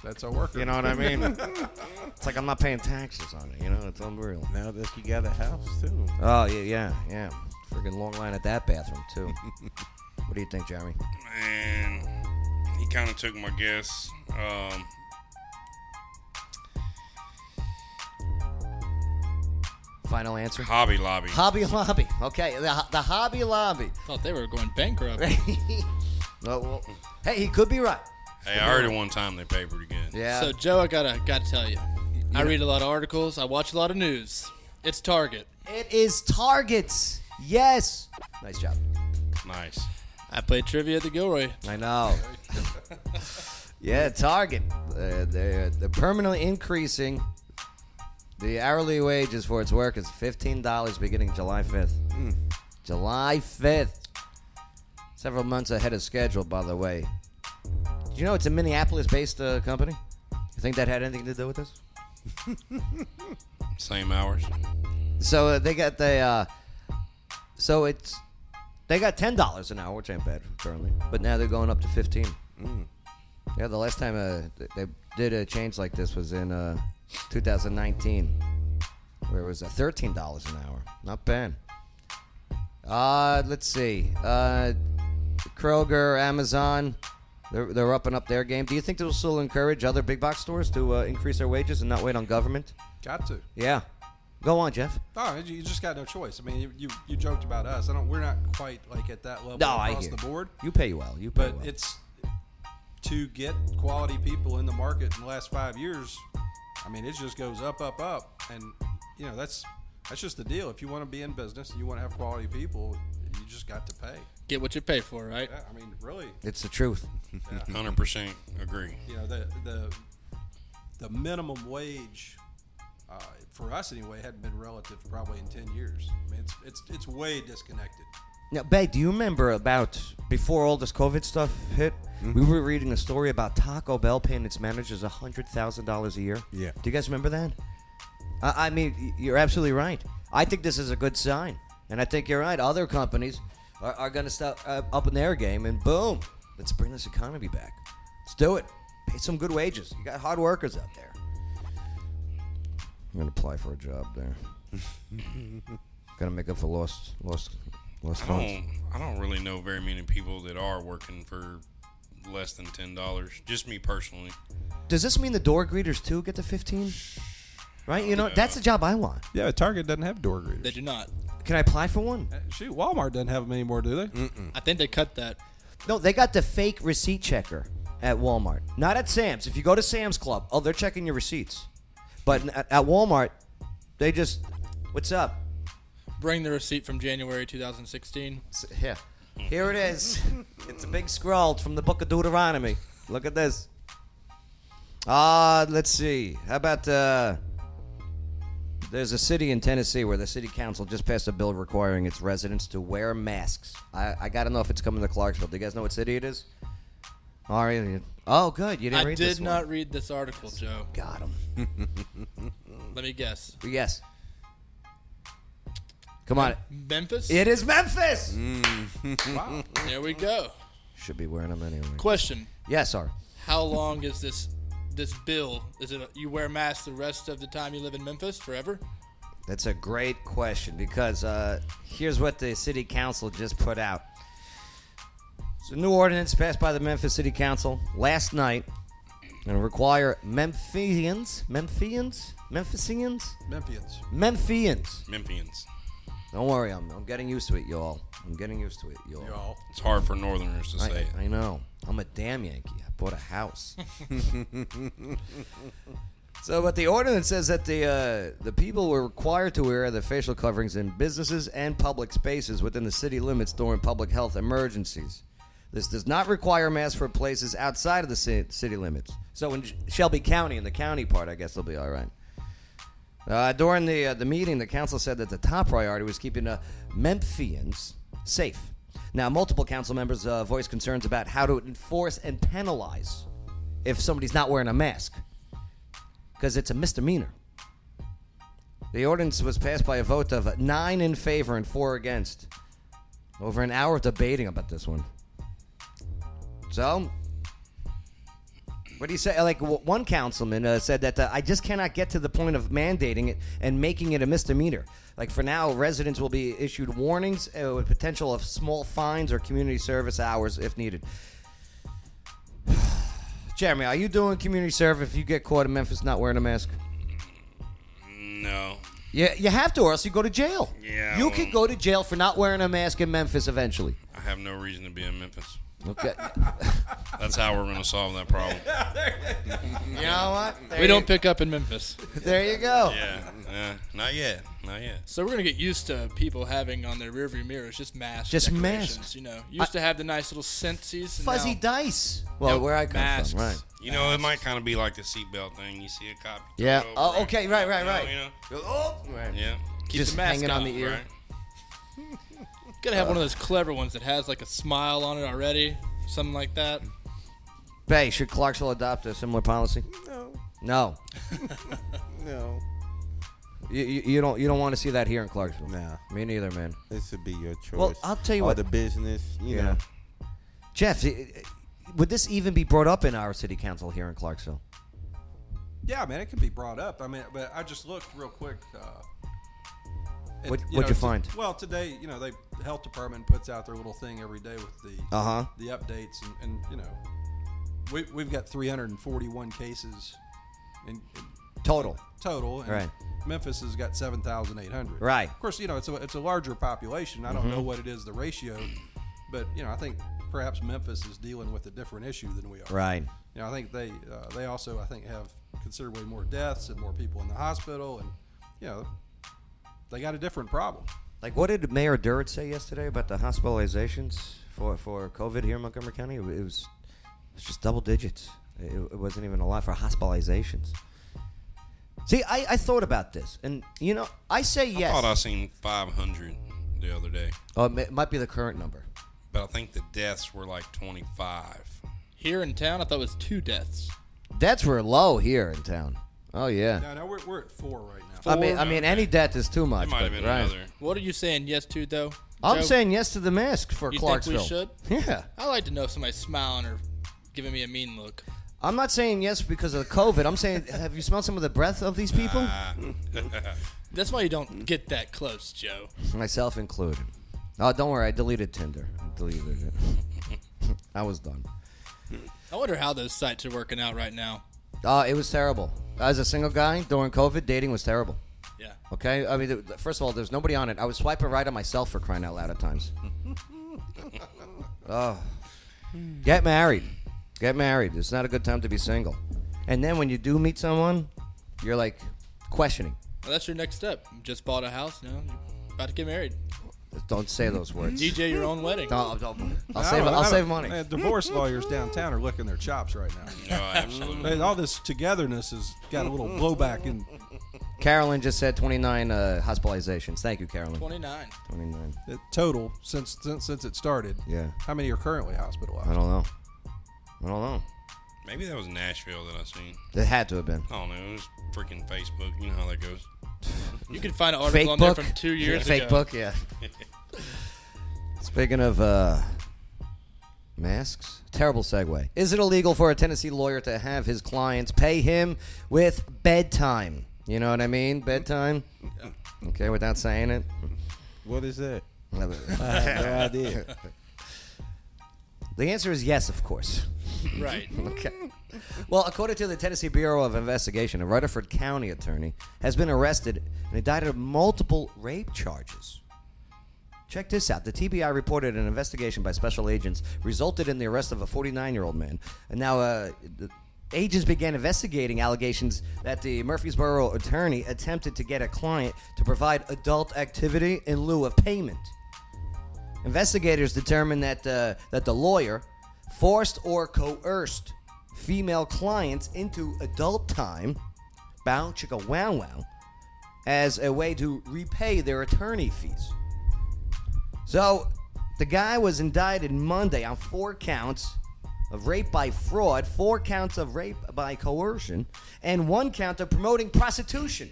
S4: That's our worker.
S1: you know what I mean? it's like I'm not paying taxes on it, you know? It's unreal.
S7: Now that you got a house too.
S1: Oh, yeah, yeah, yeah. Freaking long line at that bathroom, too. what do you think, Jeremy?
S5: and he kind of took my guess. Um,
S1: Final answer?
S5: Hobby Lobby.
S1: Hobby Lobby. Okay, the, the Hobby Lobby.
S6: Thought they were going bankrupt.
S1: Oh, well, hey, he could be right.
S5: hey, I heard it one time they paid pretty good.
S1: Yeah.
S6: So Joe, I gotta gotta tell you, I read a lot of articles. I watch a lot of news. It's Target.
S1: It is targets. Yes. Nice job.
S5: Nice.
S6: I played trivia at the Gilroy.
S1: I know. yeah, Target. Uh, they're, they're permanently increasing the hourly wages for its workers $15 beginning July 5th. July 5th. Several months ahead of schedule, by the way. Do you know it's a Minneapolis based uh, company? You think that had anything to do with this?
S5: Same hours.
S1: So uh, they got the. Uh, so it's. They got ten dollars an hour, which ain't bad currently, but now they're going up to fifteen. Yeah, the last time uh, th- they did a change like this was in uh, 2019, where it was uh, thirteen dollars an hour. Not bad. Uh, let's see. Uh, Kroger, Amazon, they're, they're upping up their game. Do you think this will encourage other big box stores to uh, increase their wages and not wait on government?
S4: Got to.
S1: Yeah. Go on, Jeff.
S4: Oh, you you just got no choice. I mean, you, you, you joked about us. I don't. We're not quite like at that level
S1: No, I
S4: across
S1: hear
S4: the
S1: you.
S4: board.
S1: You pay well. You pay
S4: But
S1: well.
S4: it's to get quality people in the market in the last five years. I mean, it just goes up, up, up, and you know that's that's just the deal. If you want to be in business and you want to have quality people, you just got to pay.
S6: Get what you pay for, right?
S4: Yeah, I mean, really,
S1: it's the truth. Mm-hmm.
S5: Hundred percent agree.
S4: you know the the the minimum wage uh, for us anyway hadn't been relative probably in ten years. I mean, it's it's it's way disconnected.
S1: Now, Bay, do you remember about before all this COVID stuff hit? We were reading a story about Taco Bell paying its managers hundred thousand dollars a year.
S7: Yeah.
S1: Do you guys remember that? I, I mean, y- you're absolutely right. I think this is a good sign, and I think you're right. Other companies are, are going to start uh, up in their game, and boom, let's bring this economy back. Let's do it. Pay some good wages. You got hard workers out there. I'm gonna apply for a job there. Gotta make up for lost, lost, lost
S5: I
S1: funds.
S5: don't. I don't really know very many people that are working for less than ten dollars. Just me personally.
S1: Does this mean the door greeters too get to 15? Right? You know, that's the job I want.
S4: Yeah, Target doesn't have door
S6: They
S4: greeters.
S6: do not.
S1: Can I apply for one?
S4: Shoot, Mm,
S1: Hmm.
S4: Walmart doesn't have them anymore, do they?
S6: I think they cut that.
S1: No, they got the fake receipt checker. at Walmart. Not at Sam's. If you go to Sam's Club, oh, they're checking your receipts. But at, at Walmart, they just, what's up?
S6: Bring the receipt from January 2016.
S1: S- Here, here it is. it's a big scroll from the Book of Deuteronomy. Look at this. Ah, let's see. How about uh, there's a city in Tennessee where the city council just passed a bill requiring its residents to wear masks. I, I gotta know if it's coming to Clarksville. Do you guys know what city it is? Ari, you- oh, good. You didn't
S6: I
S1: read
S6: did
S1: this one.
S6: not read this article, Joe.
S1: Got him.
S6: Let me guess.
S1: Yes. Come on.
S6: Memphis?
S1: It is Memphis.
S6: Mm. There we go.
S1: Should be wearing them anyway.
S6: Question.
S1: Yes, sir.
S6: How long is this this bill? Is it a, you wear masks the rest of the time you live in Memphis forever?
S1: That's a great question because uh, here's what the city council just put out. It's a new ordinance passed by the Memphis City Council last night and require Memphians, Memphians, Memphisians,
S4: Memphians.
S1: Memphians.
S5: Memphians.
S1: Don't worry, I'm, I'm getting used to it, y'all. I'm getting used to it, y'all.
S4: Y'all.
S5: It's hard for Northerners to say
S1: I,
S5: it.
S1: I know. I'm a damn Yankee. I bought a house. so, but the ordinance says that the uh, the people were required to wear the facial coverings in businesses and public spaces within the city limits during public health emergencies. This does not require masks for places outside of the ci- city limits. So, in Sh- Shelby County, in the county part, I guess they'll be all right. Uh, during the uh, the meeting, the council said that the top priority was keeping the Memphians safe. Now, multiple council members uh, voiced concerns about how to enforce and penalize if somebody's not wearing a mask, because it's a misdemeanor. The ordinance was passed by a vote of nine in favor and four against. Over an hour of debating about this one. So, what do you say? Like w- one councilman uh, said that uh, I just cannot get to the point of mandating it and making it a misdemeanor. Like for now, residents will be issued warnings uh, with potential of small fines or community service hours if needed. Jeremy, are you doing community service if you get caught in Memphis not wearing a mask?
S5: No.
S1: Yeah, you have to, or else you go to jail.
S5: Yeah,
S1: you
S5: well-
S1: could go to jail for not wearing a mask in Memphis eventually.
S5: I have no reason to be in Memphis.
S1: Okay,
S5: That's how we're going to solve that problem.
S1: you know what? There
S6: We don't pick up in Memphis.
S1: You, there you go.
S5: Yeah. Uh, not yet. Not yet.
S6: So we're gonna get used to people having on their rearview mirrors just masks.
S1: Just
S6: decorations,
S1: masks.
S6: You know, used to have the nice little scentsies. and
S1: Fuzzy
S6: now
S1: dice. Well,
S6: Yep.
S1: where I come
S6: Masks.
S1: from, right?
S5: You know, it might kind of be like the seatbelt thing. You see a cop. you
S1: Yeah.
S5: throw it over
S1: Oh,
S5: him.
S1: okay. Right. Right.
S5: You know,
S1: Right.
S5: you know?
S1: Oh, right.
S5: Yeah.
S6: keep
S1: just
S6: the mask
S1: hanging on
S6: on
S1: the ear.
S5: Right.
S6: Gotta have one of
S1: Uh,
S6: those clever ones that has like a smile on it already, something like that.
S1: Bay, should Clarksville adopt a similar policy?
S7: No,
S1: No.
S7: no.
S1: You, you, you don't you don't want to see that here in Clarksville.
S7: Nah.
S1: Me neither, man.
S7: This would be your choice.
S1: Well, I'll tell you
S7: Or
S1: what-
S7: the business, you
S1: Yeah.
S7: know.
S1: Jeff, i- i- would this even be brought up in our city council here in Clarksville?
S4: Yeah, man, it can be brought up. I mean, but I just looked real quick. Uh, at,
S1: What- what'd you
S4: to-
S1: find?
S4: well, today, you know, they the health department puts out their little thing every day with the
S1: Uh-huh.
S4: the updates, and, and you know, we, we've got 341 cases in, in
S1: Total.
S4: total, and
S1: Right.
S4: Memphis has got 7,800.
S1: Right. Mm-hmm.
S4: Of course, you know, it's a it's a larger population. I don't know what it is the ratio, but you know, I think perhaps Memphis is dealing with a different issue than we are.
S1: Right.
S4: You know, I think they uh, they also I think have considerably more deaths and more people in the hospital, and you know, they got a different problem.
S1: Like, what did Mayor Durrett say yesterday about the hospitalizations for, for COVID here in Montgomery County? It was, it was just double digits. It, it wasn't even a lot for hospitalizations. See, I, I thought about this, and you know, I say
S5: I
S1: yes.
S5: thought I seen 500 the other day,
S1: oh, it, may- it might be the current number.
S5: but I think the deaths were like 25.
S6: Here in town, I thought it was two deaths.
S1: That's we're low here in town. Oh yeah.
S4: No, no, we're, we're at four right now.
S1: I mean, I mean, any death is too much.
S5: It might have
S1: but,
S5: been
S1: right.
S5: another.
S6: What are you saying yes to though?
S1: I'm
S6: Joe?
S1: saying yes to the mask for
S6: You think we
S1: Clarksville.
S6: should?
S1: Yeah.
S6: I like to know if somebody's smiling or giving me a mean look.
S1: I'm not saying yes because of the COVID. I'm saying, have you smelled some of the breath of these people?
S6: That's why you don't get that close, Joe.
S1: Myself included. Oh, don't worry. I deleted Tinder. I deleted it. I was done.
S6: I wonder how those sites are working out right now.
S1: Uh, it was terrible. As a single guy during COVID, dating was terrible.
S6: Yeah.
S1: Okay, I mean, th- th- first of all, there's nobody on it. I was swiping right on myself for crying out loud at times. oh, get married. Get married. It's not a good time to be single. And then when you do meet someone, you're like questioning.
S6: Well, that's your next step. You just bought a house now. You're about to get married.
S1: Don't say those words.
S6: DJ your own wedding.
S1: Don't- don't- I'll
S4: I
S1: save.
S4: don't- I
S1: I'll
S4: don't-
S1: save money.
S4: Man, divorce lawyers downtown are licking their chops right now.
S5: No, absolutely.
S4: Man, all this togetherness has got a little blowback in
S1: Carolyn just said 29 uh, hospitalizations. Thank you, Carolyn.
S6: 29.
S1: 29.
S4: it total since since since it started.
S1: Yeah.
S4: How many are currently hospitalized?
S1: I don't know. I don't know.
S5: Maybe that was Nashville that I seen.
S1: It had to have been.
S5: I don't know. It was freaking Facebook. You know how that goes.
S6: You can find an article
S1: Fake
S6: on
S1: book.
S6: there from two years
S1: Fake
S6: ago.
S1: book. Yeah. Speaking of uh, masks, terrible segue. Is it illegal for a Tennessee lawyer to have his clients pay him with bedtime? You know what I mean? Bedtime. Okay, without saying it.
S7: What is that?
S1: The
S7: I have no idea.
S1: answer is yes, of course.
S6: Right.
S1: Okay. Well, according to the Tennessee Bureau of Investigation, a Rutherford County attorney has been arrested and indicted of multiple rape charges. Check this out. The TBI reported an investigation by special agents resulted in the arrest of a 49 year old man. And now, uh, the agents began investigating allegations that the Murfreesboro attorney attempted to get a client to provide adult activity in lieu of payment. Investigators determined that uh, that the lawyer forced or coerced female clients into adult time, bow chicka wow wow, as a way to repay their attorney fees. So, the guy was indicted Monday on four counts of rape by fraud, four counts of rape by coercion, and one count of promoting prostitution.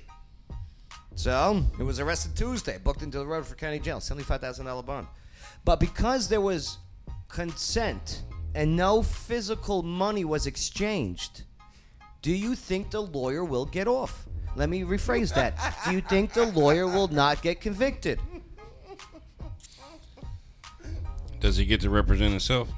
S1: So he was arrested Tuesday, booked into the Rutherford County Jail, seventy-five thousand dollar bond. But because there was consent and no physical money was exchanged, do you think the lawyer will get off? Let me rephrase that. do you think the lawyer will not get convicted?
S5: Does he get to represent himself?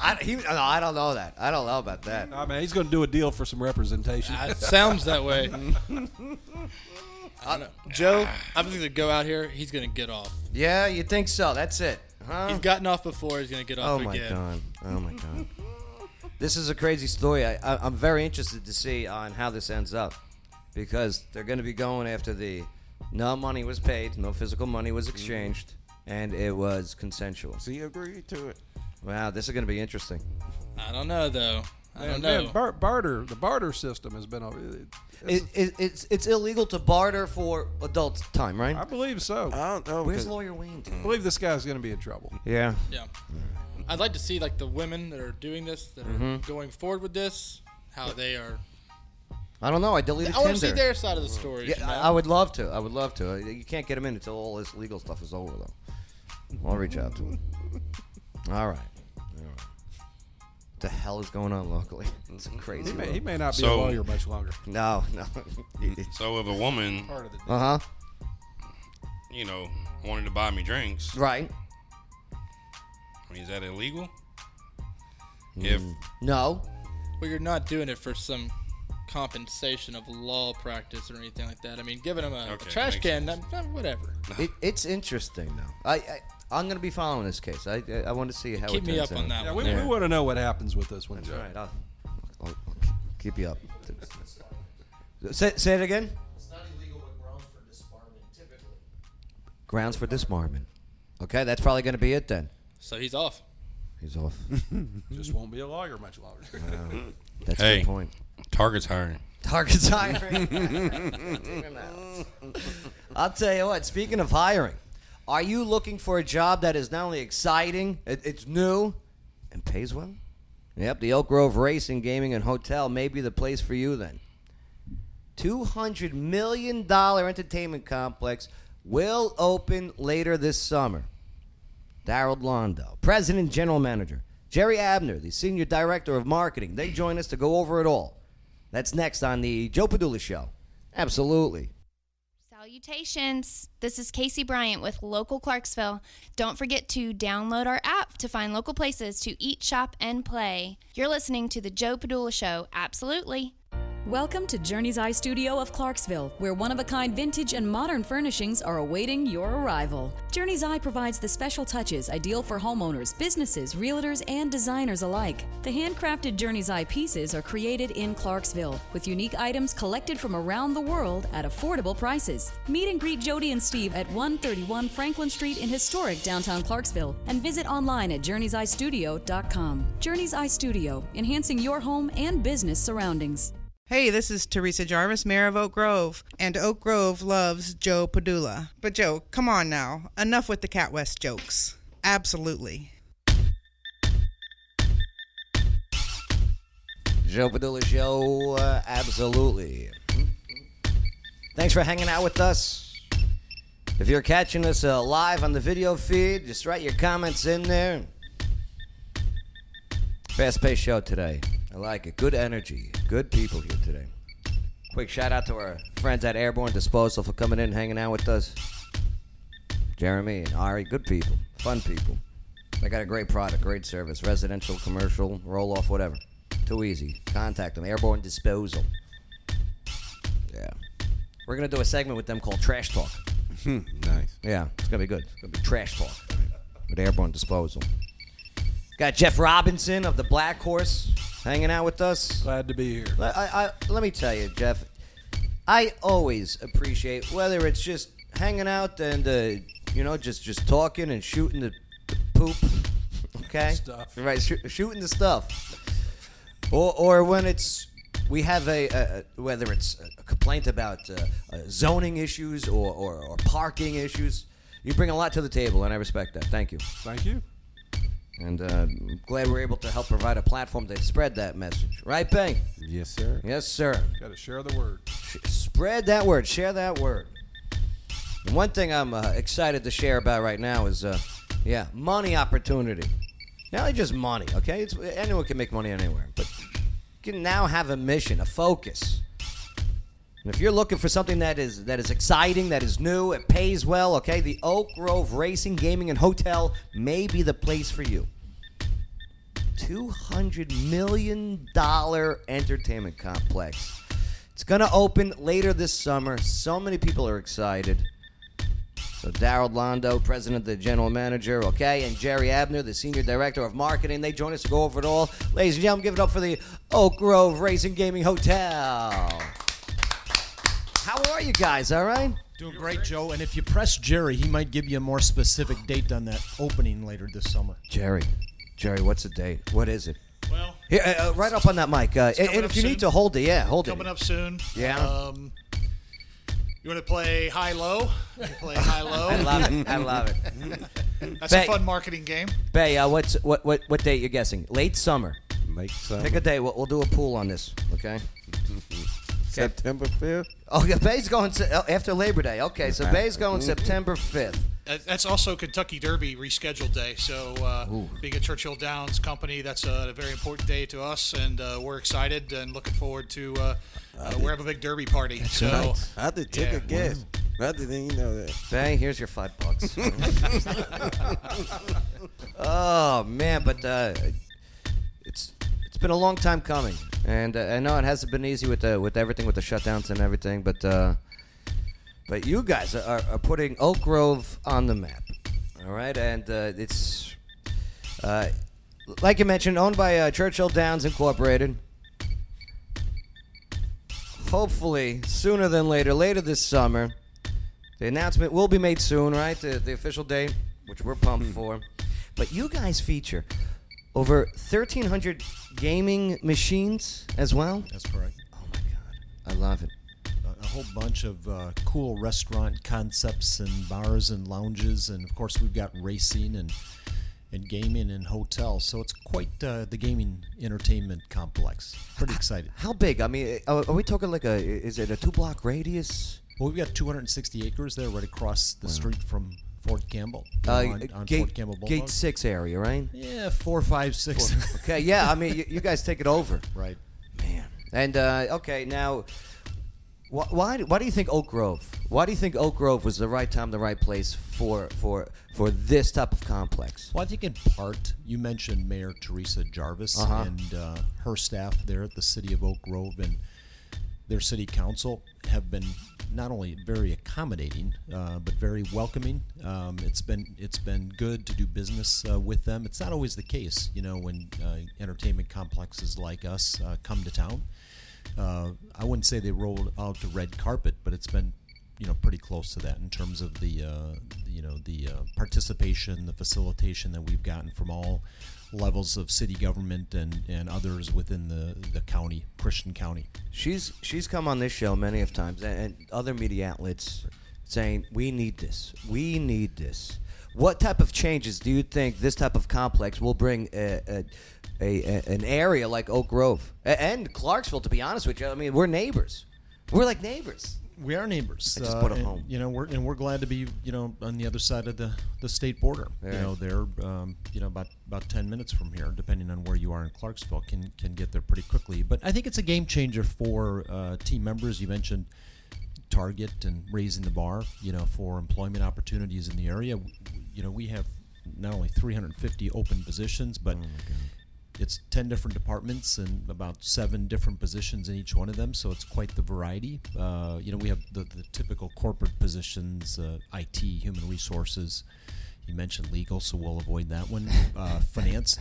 S1: I, he, no, I don't know that. I don't know about that.
S4: I mean, he's going to do a deal for some representation.
S6: Uh, It sounds that way. I don't know. Joe, I'm just gonna go out here. He's gonna get off.
S1: Yeah, you think so? That's it, huh?
S6: He's gotten off before. He's gonna get
S1: Oh
S6: off
S1: my
S6: again.
S1: god! Oh my god! this is a crazy story. I, I, I'm very interested to see on how this ends up, because they're going to be going after the no money was paid, no physical money was exchanged, and it was consensual.
S7: So you agree to it?
S1: Wow, this is going to be interesting.
S6: I don't know though. I don't
S4: And
S6: know.
S4: man, bar- barter, the barter system has been. A,
S1: It, it, it's it's illegal to barter for adult time,
S4: I
S1: right?
S4: believe so. I
S7: I don't know.
S1: Where's
S7: 'cause-
S1: lawyer Wayne?
S4: believe this guy's going to be in trouble.
S1: Yeah.
S6: yeah. I'd like to see like the women that are doing this, that are
S1: Mm-hmm.
S6: going forward with this, how they are.
S1: I don't know. I deleted
S6: I want to
S1: Tinder.
S6: see their side of the story. you
S1: Yeah,
S6: know?
S1: I, I would love to. I would love to. Uh, You can't get him in until all this legal stuff is over, though. I'll reach out to him. All right. All right. What the hell is going on locally? It's a crazy.
S4: He may,
S1: world.
S4: he may not be a
S5: So-
S4: lawyer much longer.
S1: No, no.
S5: So if a woman,
S4: Part of the deal.
S1: uh huh.
S5: you know, wanted to buy me drinks,
S1: Right.
S5: I mean, is that illegal? If
S1: Mm. No.
S6: Well, you're not doing it for some compensation of law practice or anything like that. I mean, giving them a, a
S5: Okay,
S6: trash
S5: makes
S6: can, that, that- whatever.
S1: It, it's interesting though. I, I I'm gonna be following this case. I I, I want to see how.
S6: Keep
S1: it
S6: me
S1: turns
S6: up on
S1: out.
S6: that
S4: Yeah,
S6: one.
S4: we, we want to know what happens with this one, Joe.
S1: All right. I'll, I'll, I'll keep you up. Say, say it again. Grounds for disbarment. Okay, that's probably going to be it then.
S6: So he's off.
S1: He's off.
S4: Just won't be a lawyer much longer.
S1: That's a
S5: Hey.
S1: good point.
S5: Target's hiring,
S1: Target's hiring. I'll tell you what. Speaking of hiring, are you looking for a job that is not only exciting, it, it's new, and pays well? Yep, the Elk Grove Racing, Gaming, and Hotel may be the place for you then. $200 million entertainment complex will open later this summer. Daryl Londo, President and General Manager. Jerry Abner, the Senior Director of Marketing. They join us to go over it all. That's next on the Joe Padula Show. Absolutely.
S10: Salutations. This is Casey Bryant with Local Clarksville. Don't forget to download our app to find local places to eat, shop, and play. You're listening to The Joe Padula Show. Absolutely.
S11: Welcome to Journey's Eye Studio of Clarksville, where one of a kind vintage and modern furnishings are awaiting your arrival. Journey's Eye provides the special touches ideal for homeowners, businesses, realtors, and designers alike. The handcrafted Journey's Eye pieces are created in Clarksville with unique items collected from around the world at affordable prices. Meet and greet Jody and Steve at 131 Franklin Street in historic downtown Clarksville and visit online at journeyseyestudio.com. Journey's Eye Studio, enhancing your home and business surroundings.
S12: Hey, this is Teresa Jarvis, Mayor of Oak Grove, and Oak Grove loves Joe Padula. But Joe, come on now. Enough with the Cat West jokes. Absolutely.
S1: Joe Padula Show, uh, absolutely. Thanks for hanging out with us. If you're catching us uh, live on the video feed, just write your comments in there. Fast paced show today. I like it. Good energy. Good people here today. Quick shout out to our friends at Airborne Disposal for coming in, hanging out with us. Jeremy and Ari, good people, fun people. They got a great product, great service, residential, commercial, roll off, whatever. Too easy. Contact them. Airborne Disposal. Yeah. We're going to do a segment with them called Trash Talk.
S13: nice.
S1: Yeah, it's going to be good. It's going to be Trash Talk with Airborne Disposal. Got Jeff Robinson of the Black Horse hanging out with us.
S4: Glad to be here.
S1: Let, I, I, let me tell you, Jeff, I always appreciate whether it's just hanging out and uh, you know just just talking and shooting the, the poop. Okay,
S4: Stuff.
S1: right, shoo- shooting the stuff, or or when it's we have a, a, a whether it's a complaint about uh, uh, zoning issues or, or or parking issues. You bring a lot to the table, and I respect that. Thank you.
S4: Thank you.
S1: And uh, I'm glad we're able to help provide a platform to spread that message. Right, Bang?
S13: Yes, sir.
S1: Yes, sir.
S4: Got to share the word.
S1: Sh- spread that word. Share that word. And one thing I'm uh, excited to share about right now is, uh, yeah, money opportunity. Not just money, okay? It's, anyone can make money anywhere, but you can now have a mission, a focus. And if you're looking for something that is that is exciting, that is new, it pays well, okay? The Oak Grove Racing, Gaming, and Hotel may be the place for you. Two hundred million dollar entertainment complex. It's gonna open later this summer. So many people are excited. So Daryl Londo, president, the general manager, okay, and Jerry Abner, the senior director of marketing, they join us to go over it all. Ladies and gentlemen, give it up for the Oak Grove Racing Gaming Hotel. How are you guys? All right?
S7: Doing great, Joe. And if you press Jerry, he might give you a more specific date on that opening later this summer.
S1: Jerry, Jerry, what's the date? What is it? Well, Here, uh, uh, right up on that mic. Uh, and,
S6: coming
S1: and if
S6: up
S1: you need
S6: soon.
S1: to hold it, yeah, hold
S6: coming
S1: it.
S6: up soon.
S1: Yeah.
S6: Um, you want to play high low? Play high low.
S1: I love it. I love it.
S6: That's
S1: Bay-
S6: a fun marketing game.
S1: Bay, uh, what's what what what date you're guessing? Late summer.
S13: Late summer.
S1: Pick a day. We'll, we'll do a pool on this. Okay.
S13: September fifth.
S1: Oh, yeah, Bay's going se- oh, after Labor Day. Okay, so Bay's going September fifth.
S6: That- That's also Kentucky Derby rescheduled day. So, uh,
S1: Ooh.
S6: being a Churchill Downs company, that's a, very important day to us, and uh, we're excited and looking forward to. Uh, uh, we're having a big Derby party.
S11: uh,
S6: So,
S13: Nice. I had to take
S6: yeah.
S13: a guess. Rather than you know that.
S1: Bay, here's your five bucks. Oh man, but uh, it's it's been a long time coming, and uh, I know it hasn't been easy with the with everything with the shutdowns and everything, but uh, but you guys are, are putting Oak Grove on the map, all right, and uh, it's uh, like you mentioned, owned by uh, Churchill Downs Incorporated. Hopefully, sooner than later, later this summer, the announcement will be made soon, right? The, the official date, which we're pumped
S7: Hmm.
S1: for. But you guys feature over 1,300 gaming machines as well. Oh,
S7: That's correct.
S1: I love it.
S7: A, a whole bunch of uh, cool restaurant concepts and bars and lounges, and of course we've got racing and and gaming and hotels. So it's quite uh, the gaming entertainment complex. Pretty excited.
S1: How big? I mean, uh, are, are we talking like a? Is it a two-block radius?
S7: Well, we've got 260 acres there, right across the
S1: Wow.
S7: street from Fort Campbell.
S1: Uh,
S7: on, on
S1: gate,
S7: Fort Campbell Boulevard.
S1: gate six area, right?
S7: Yeah, four, five, six.
S1: Okay, yeah. I mean, you, you guys take it over,
S7: right?
S1: Man. And uh, okay, now, wh- why why do you think Oak Grove? Why do you think Oak Grove was the right time, the right place for for for this type of complex?
S7: Well, I think in part, you mentioned Mayor Teresa Jarvis
S1: Uh-huh.
S7: and uh, her staff there at the City of Oak Grove, and
S11: their city council have been not only very accommodating uh, but very welcoming. Um, it's been it's been good to do business uh, with them. It's not always the case, you know, when uh, entertainment complexes like us uh, come to town. Uh, I wouldn't say they rolled out the red carpet, but it's been you know pretty close to that in terms of the uh, you know the uh, participation, the facilitation that we've gotten from all levels of city government and, and others within the, the county, Christian County.
S1: She's she's come on this show many of times and, and other media outlets saying we need this, we need this. What type of changes do you think this type of complex will bring a, a, a, a- an area like Oak Grove A- and Clarksville? To be honest with you, I mean we're neighbors. We're like neighbors.
S11: We are neighbors.
S1: I just put 'em
S11: and,
S1: home.
S11: You know, we're and we're glad to be you know on the other side of the, the state border. You
S1: Right.
S11: know, they're um, you know about about ten minutes from here, depending on where you are in Clarksville, can can get there pretty quickly. But I think it's a game changer for uh, team members. You mentioned Target and raising the bar. You know, for employment opportunities in the area. W- You know, we have not only 350 open positions, but
S1: Oh,
S11: it's 10 different departments and about seven different positions in each one of them so it's quite the variety uh, you know we have the, the typical corporate positions uh, it human resources you mentioned legal so we'll avoid that one uh, finance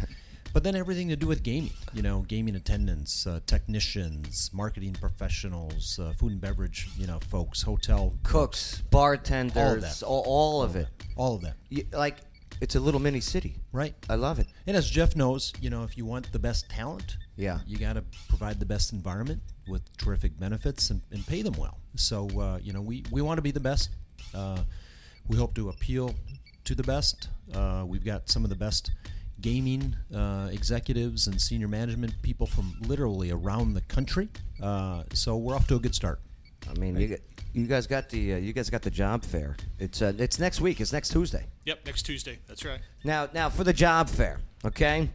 S11: but then everything to do with gaming you know gaming attendants uh, technicians marketing professionals uh, food and beverage you know folks hotel
S1: cooks
S11: bartenders
S1: There's all, all of it.
S11: All of that.
S1: like it's a little mini city.
S11: Right.
S1: I love it.
S11: And as Jeff knows, you know, if you want the best talent,
S1: Yeah.
S11: you got to provide the best environment with terrific benefits and, and pay them well. So, uh, you know, we, we want to be the best. Uh, we hope to appeal to the best. Uh, we've got some of the best gaming uh, executives and senior management people from literally around the country. Uh, so we're off to a good start.
S1: I mean, you, got- you guys got the uh, you guys got the job fair. It's uh, it's next week. It's next Tuesday.
S14: Yep, next Tuesday. That's right.
S1: Now, now for the job fair, okay?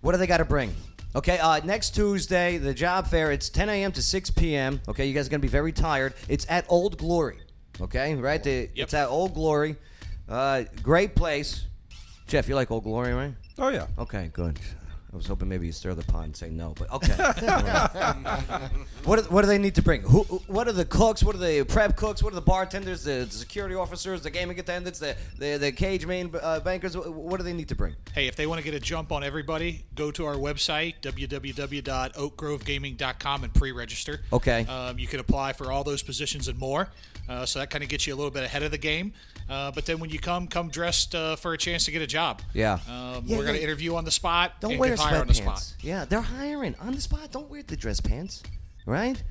S1: What do they got to bring? Okay, uh, next Tuesday, the job fair. It's 10 a.m. to 6 p.m. Okay, you guys are gonna be very tired. It's at Old Glory. Okay, right? The, It's at Old Glory. Uh, great place. Jeff, you like Old Glory, right?
S4: Oh yeah.
S1: Okay, good. I was hoping maybe you stir the pot and say no, but okay. what do, what do they need to bring? Who? What are the cooks? What are the prep cooks? What are the bartenders? The, security officers? The gaming attendants? The the, the cage main uh, bankers? Wh- What do they need to bring?
S14: Hey, if they want to get a jump on everybody, go to our website, www.oakgrovegaming.com, and pre register.
S1: Okay.
S14: Um, you can apply for all those positions and more. Uh, so that kind of gets you a little bit ahead of the game. Uh, but then when you come, come dressed uh, for a chance to get a job.
S1: Yeah.
S14: Um,
S1: Yeah,
S14: we're going to
S1: yeah.
S14: interview on the spot.
S1: Don't
S14: and
S1: wear
S14: can hire on the spot.
S1: sweatpants. Yeah, they're hiring on the spot. Don't wear the dress pants, right?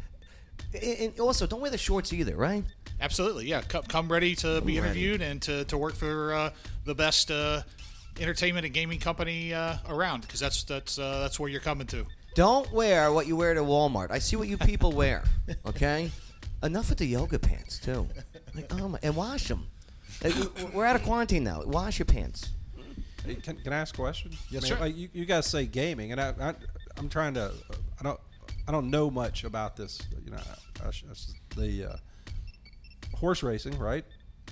S1: A- And also, don't wear the shorts either, right?
S14: Absolutely, yeah. Come, come ready to be
S1: ready.
S14: interviewed and to, to work for uh, the best uh, entertainment and gaming company uh, around, because that's that's uh, that's where you're coming to.
S1: Don't wear what you wear to Walmart. I see what you people wear. Okay, enough with the yoga pants too. Like, oh my, and wash them. We're out of quarantine now. Wash your pants.
S4: Hey, Can, can I ask a question?
S1: Yes,
S4: I
S1: sure.
S4: like, you, you guys say gaming, and I, I I'm trying to I don't I don't know much about this. You know, I, I, sh- I sh- the uh, horse racing, right?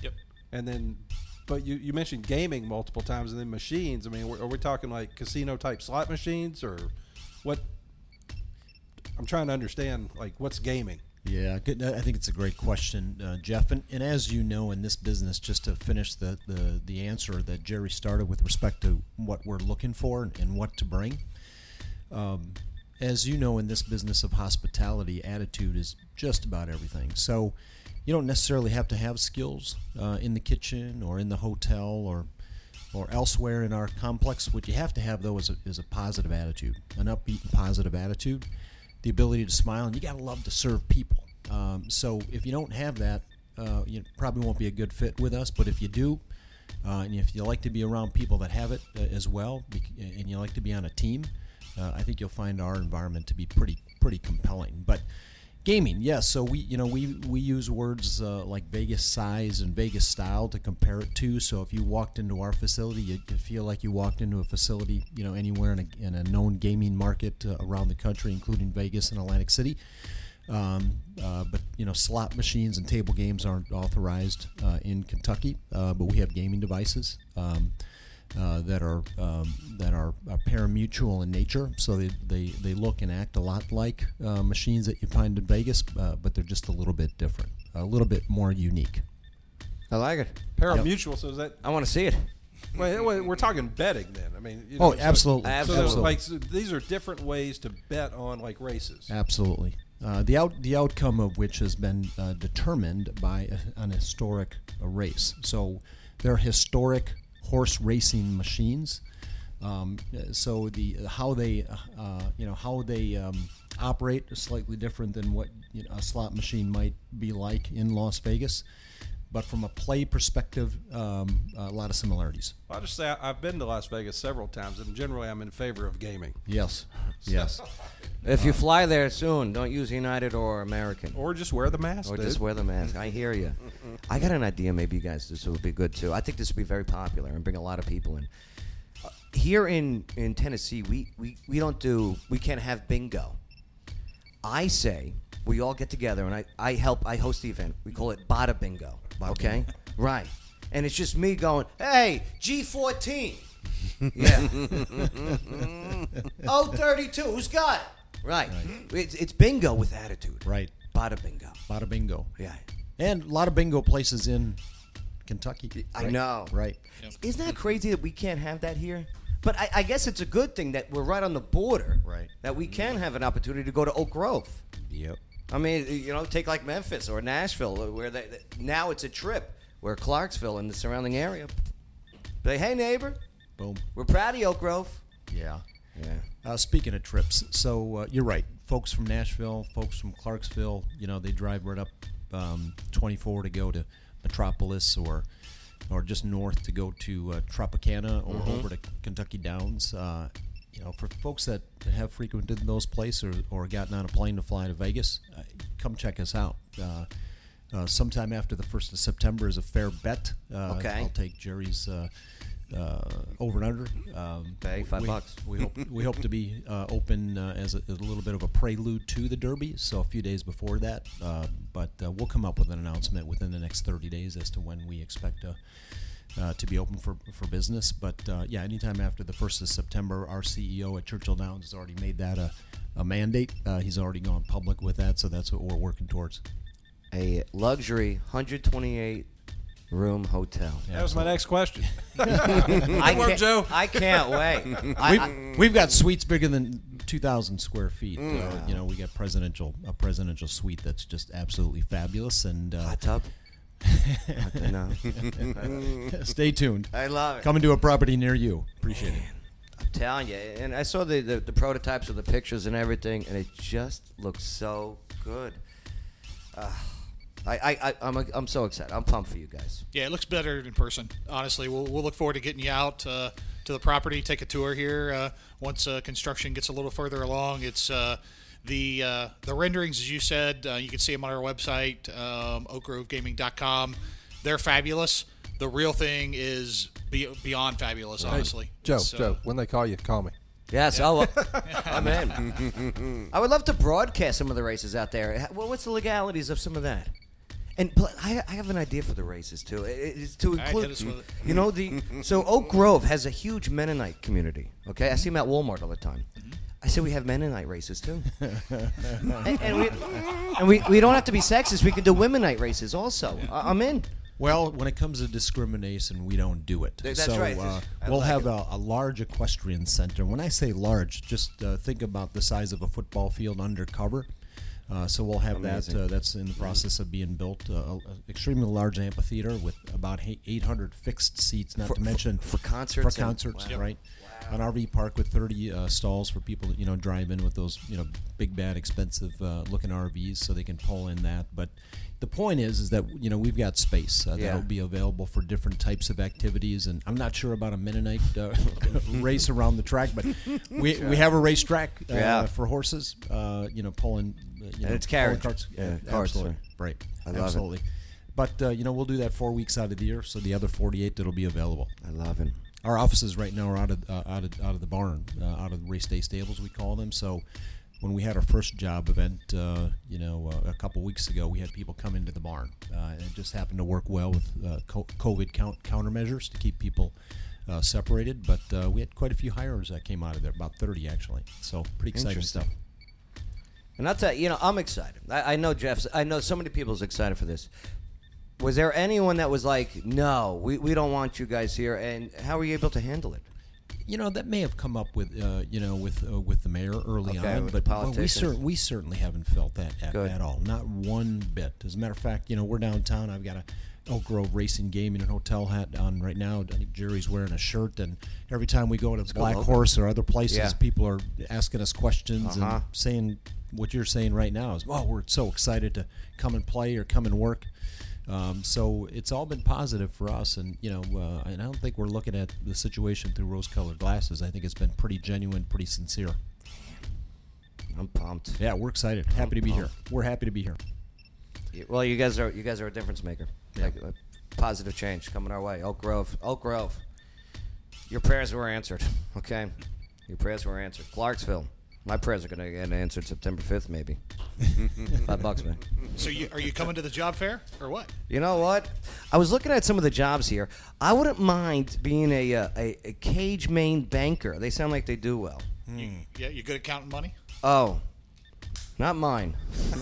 S14: Yep.
S4: And then, but you, you mentioned gaming multiple times, and then machines. I mean, are we talking like casino type slot machines or what? I'm trying to understand like what's gaming.
S11: Yeah, good. I I think it's a great question, uh, Jeff. And, and as you know, in this business, just to finish the, the, the answer that Jerry started with respect to what we're looking for and what to bring, um, as you know, in this business of hospitality, attitude is just about everything. So you don't necessarily have to have skills uh, in the kitchen or in the hotel or or elsewhere in our complex. What you have to have, though, is a, is a positive attitude, an upbeat and positive attitude, the ability to smile, and you got to love to serve people. Um, so if you don't have that, uh, you probably won't be a good fit with us. But if you do, uh, and if you like to be around people that have it uh, as well, bec- and you like to be on a team, uh, I think you'll find our environment to be pretty pretty compelling. But gaming, yes. So we you know we we use words uh, like Vegas size and Vegas style to compare it to. So if you walked into our facility, you you feel like you walked into a facility you know anywhere in a, in a known gaming market uh, around the country, including Vegas and Atlantic City. Um, uh, but you know, slot machines and table games aren't authorized uh, in Kentucky, uh, but we have gaming devices. Um, uh, that are um, that are uh, paramutual in nature. So they, they, they look and act a lot like uh, machines that you find in Vegas, uh, but they're just a little bit different, a little bit more unique.
S1: I like it.
S4: Paramutual. So is that?
S1: I want to see it.
S4: Well, well, we're talking betting then. I mean, you
S11: Oh,
S4: know, so-
S11: absolutely.
S4: So,
S11: Absolutely.
S4: like, so these are different ways to bet on like races.
S11: Absolutely. Uh, the out the outcome of which has been uh, determined by a, an historic uh, race. So they're historic horse racing machines. Um, uh, so the how they uh, you know how they um, operate is slightly different than what you know, a slot machine might be like in Las Vegas, but from a play perspective, um, a lot of similarities.
S4: I'll just say I- I've been to Las Vegas several times, and generally I'm in favor of gaming.
S11: Yes.
S4: So-
S1: Yes. If you fly there soon, don't use United or American.
S4: Or just wear the mask.
S1: Or
S4: dude.
S1: just wear the mask. I hear you. I got an idea. Maybe you guys, this would be good too. I think this would be very popular and bring a lot of people in. Uh, Here in in Tennessee, we we we don't do we can't have bingo. I say we all get together and I I help I host the event. We call it Bada Bingo. okay, right. And it's just me going, hey, G fourteen. Yeah. oh, 32. Who's got it? Right. It's, it's bingo with attitude.
S11: Right.
S1: Bada bingo.
S11: Bada bingo.
S1: Yeah.
S11: And a lot of bingo places in Kentucky.
S1: I
S11: right?
S1: know.
S11: Right.
S1: Isn't that crazy that we can't have that here? But I, I guess it's a good thing that we're right on the border.
S11: Right.
S1: That we can have an opportunity to go to Oak Grove.
S7: Yep.
S1: I mean, you know, take like Memphis or Nashville, or where they, now it's a trip. Where Clarksville and the surrounding area, say, hey neighbor,
S11: Boom.
S1: we're proud of you, Oak Grove.
S11: Yeah.
S1: Yeah.
S11: Uh, speaking of trips, so uh, you're right. Folks from Nashville, folks from Clarksville, you know, they drive right up um, 24 to go to Metropolis or or just north to go to uh, Tropicana or
S7: Mhm.
S11: over to Kentucky Downs. Uh, you know, for folks that have frequented those places or, or gotten on a plane to fly to Vegas, uh, come check us out. Uh, uh, sometime after the 1st of September is a fair bet. Uh,
S1: Okay.
S11: I'll take Jerry's uh, uh, over and under. Um,
S1: Hey, five
S11: we,
S1: bucks.
S11: We hope we hope to be uh, open uh, as, a, as a little bit of a prelude to the Derby, so a few days before that. Uh, but uh, we'll come up with an announcement within the next 30 days as to when we expect uh, uh, to be open for, for business. But uh, yeah, anytime after the 1st of September, our CEO at Churchill Downs has already made that a, a mandate. Uh, he's already gone public with that, so that's what we're working towards.
S1: A luxury 128 room hotel.
S4: That was my next question.
S1: I
S4: Good work,
S1: can't-
S4: Joe.
S1: I can't wait. I-
S11: we've,
S1: I-
S11: we've got suites bigger than 2,000 square feet.
S1: Mm.
S11: Uh, you know, we got presidential a presidential suite that's just absolutely fabulous and uh, hot
S1: tub.
S11: no. Stay tuned.
S1: I love it.
S11: Coming to a property near you. Appreciate it.
S1: I'm telling you, and I saw the, the, the prototypes of the pictures and everything, and it just looks so good. Uh, I, I, I, I'm, a, I'm so excited. I'm pumped for you guys.
S14: Yeah, it looks better in person. Honestly, we'll, we'll look forward to getting you out uh, to the property, take a tour here. Uh, once uh, construction gets a little further along, it's uh, the uh, the renderings, as you said. Uh, you can see them on our website, um, oakgrovegaming.com. They're fabulous. The real thing is be- beyond fabulous.
S4: Hey,
S14: Honestly,
S4: Joe,
S14: It's, uh,
S4: Joe, when they call you, call me.
S1: Yes, I'll, I'm in. I would love to broadcast some of the races out there. Ha- Well, what's the legalities of some of that? And pl- I, I have an idea for the races too. I- I- It's to
S14: right,
S1: include,
S14: hit us with it.
S1: you know, the so Oak Grove has a huge Mennonite community. Okay, I see them at Walmart all the time. I say we have Mennonite races too, and, and we and we, we don't have to be sexist. We could do womenite races also. I, I'm in.
S11: Well, when it comes to discrimination, we don't do it.
S1: Th- that's
S11: so,
S1: right.
S11: Uh,
S1: I
S11: we'll
S1: like
S11: have a, a large equestrian center. When I say large, just uh, think about the size of a football field undercover. Uh, so we'll have
S1: Amazing.
S11: that. Uh, that's in the process of being built. Uh, a- a extremely large amphitheater with about eight- 800 fixed seats. Not
S1: For-
S11: to mention
S1: for concerts
S11: For
S1: and-
S11: concerts,
S1: Wow. Yep.
S11: right? An RV park with 30 uh, stalls for people that you know drive in with those you know big bad expensive uh, looking RVs, so they can pull in that. But the point is, is that you know we've got space uh,
S1: Yeah.
S11: that'll be available for different types of activities. And I'm not sure about a Mennonite uh, race around the track, but we, we have a racetrack uh,
S1: Yeah.
S11: for horses. Uh, you know, pulling uh, you
S1: And
S11: know,
S1: it's
S11: pulling
S1: carriage.
S11: carts.
S1: Yeah,
S11: Yeah,
S1: carts,
S11: absolutely.
S1: right.
S11: Right.
S1: I love it.
S11: absolutely. But uh, you know, we'll do that four weeks out of the year, so the other 48 that'll be available.
S1: I love it.
S11: Our offices right now are out of uh, out of out of the barn, uh, out of the race day stables we call them. So. When we had our first job event, uh, you know, uh, a couple weeks ago, we had people come into the barn, uh, and it just happened to work well with uh, co- COVID count- countermeasures to keep people uh, separated, but uh, we had quite a few hires that came out of there, about 30 actually. So pretty exciting
S1: Interesting.
S11: stuff.
S1: And I'll tell you, you know, I'm excited. I, I know Jeff's. I know so many people's excited for this. Was there anyone that was like, "No, we, we don't want you guys here"? And how were you able to handle it?
S11: You know, that may have come up with uh, you know with uh, with the mayor early
S1: Okay,
S11: on,
S1: with
S11: but
S1: the
S11: well, we
S1: politicians.
S11: cer- we certainly haven't felt that at,
S1: Good.
S11: at all, not one bit. As a matter of fact, you know, we're downtown. I've got a Elk Grove Racing Gaming and Hotel hat on right now. I think Jerry's wearing a shirt, and every time we go to
S1: go
S11: Black
S1: local.
S11: Horse or other places,
S1: Yeah.
S11: people are asking us questions
S1: Uh-huh.
S11: and saying what you're saying right now is, "Well, we're so excited to come and play or come and work." Um, so it's all been positive for us, and you know, uh, and I don't think we're looking at the situation through rose-colored glasses. I think it's been pretty genuine, pretty sincere.
S1: I'm pumped.
S11: Yeah, we're excited. Happy to be here. We're happy to be here.
S1: Y- Well, you guys are you guys are a difference maker. Like, uh, positive change coming our way. Oak Grove, Oak Grove. Your prayers were answered. Okay, your prayers were answered. Clarksville. My prayers are going to get answered September 5th, maybe. Five bucks, man.
S14: So you, are you coming to the job fair or what?
S1: You know what? I was looking at some of the jobs here. I wouldn't mind being a uh, a, a cage main banker. They sound like they do well.
S14: Yeah, you good at counting money?
S1: Oh, not mine.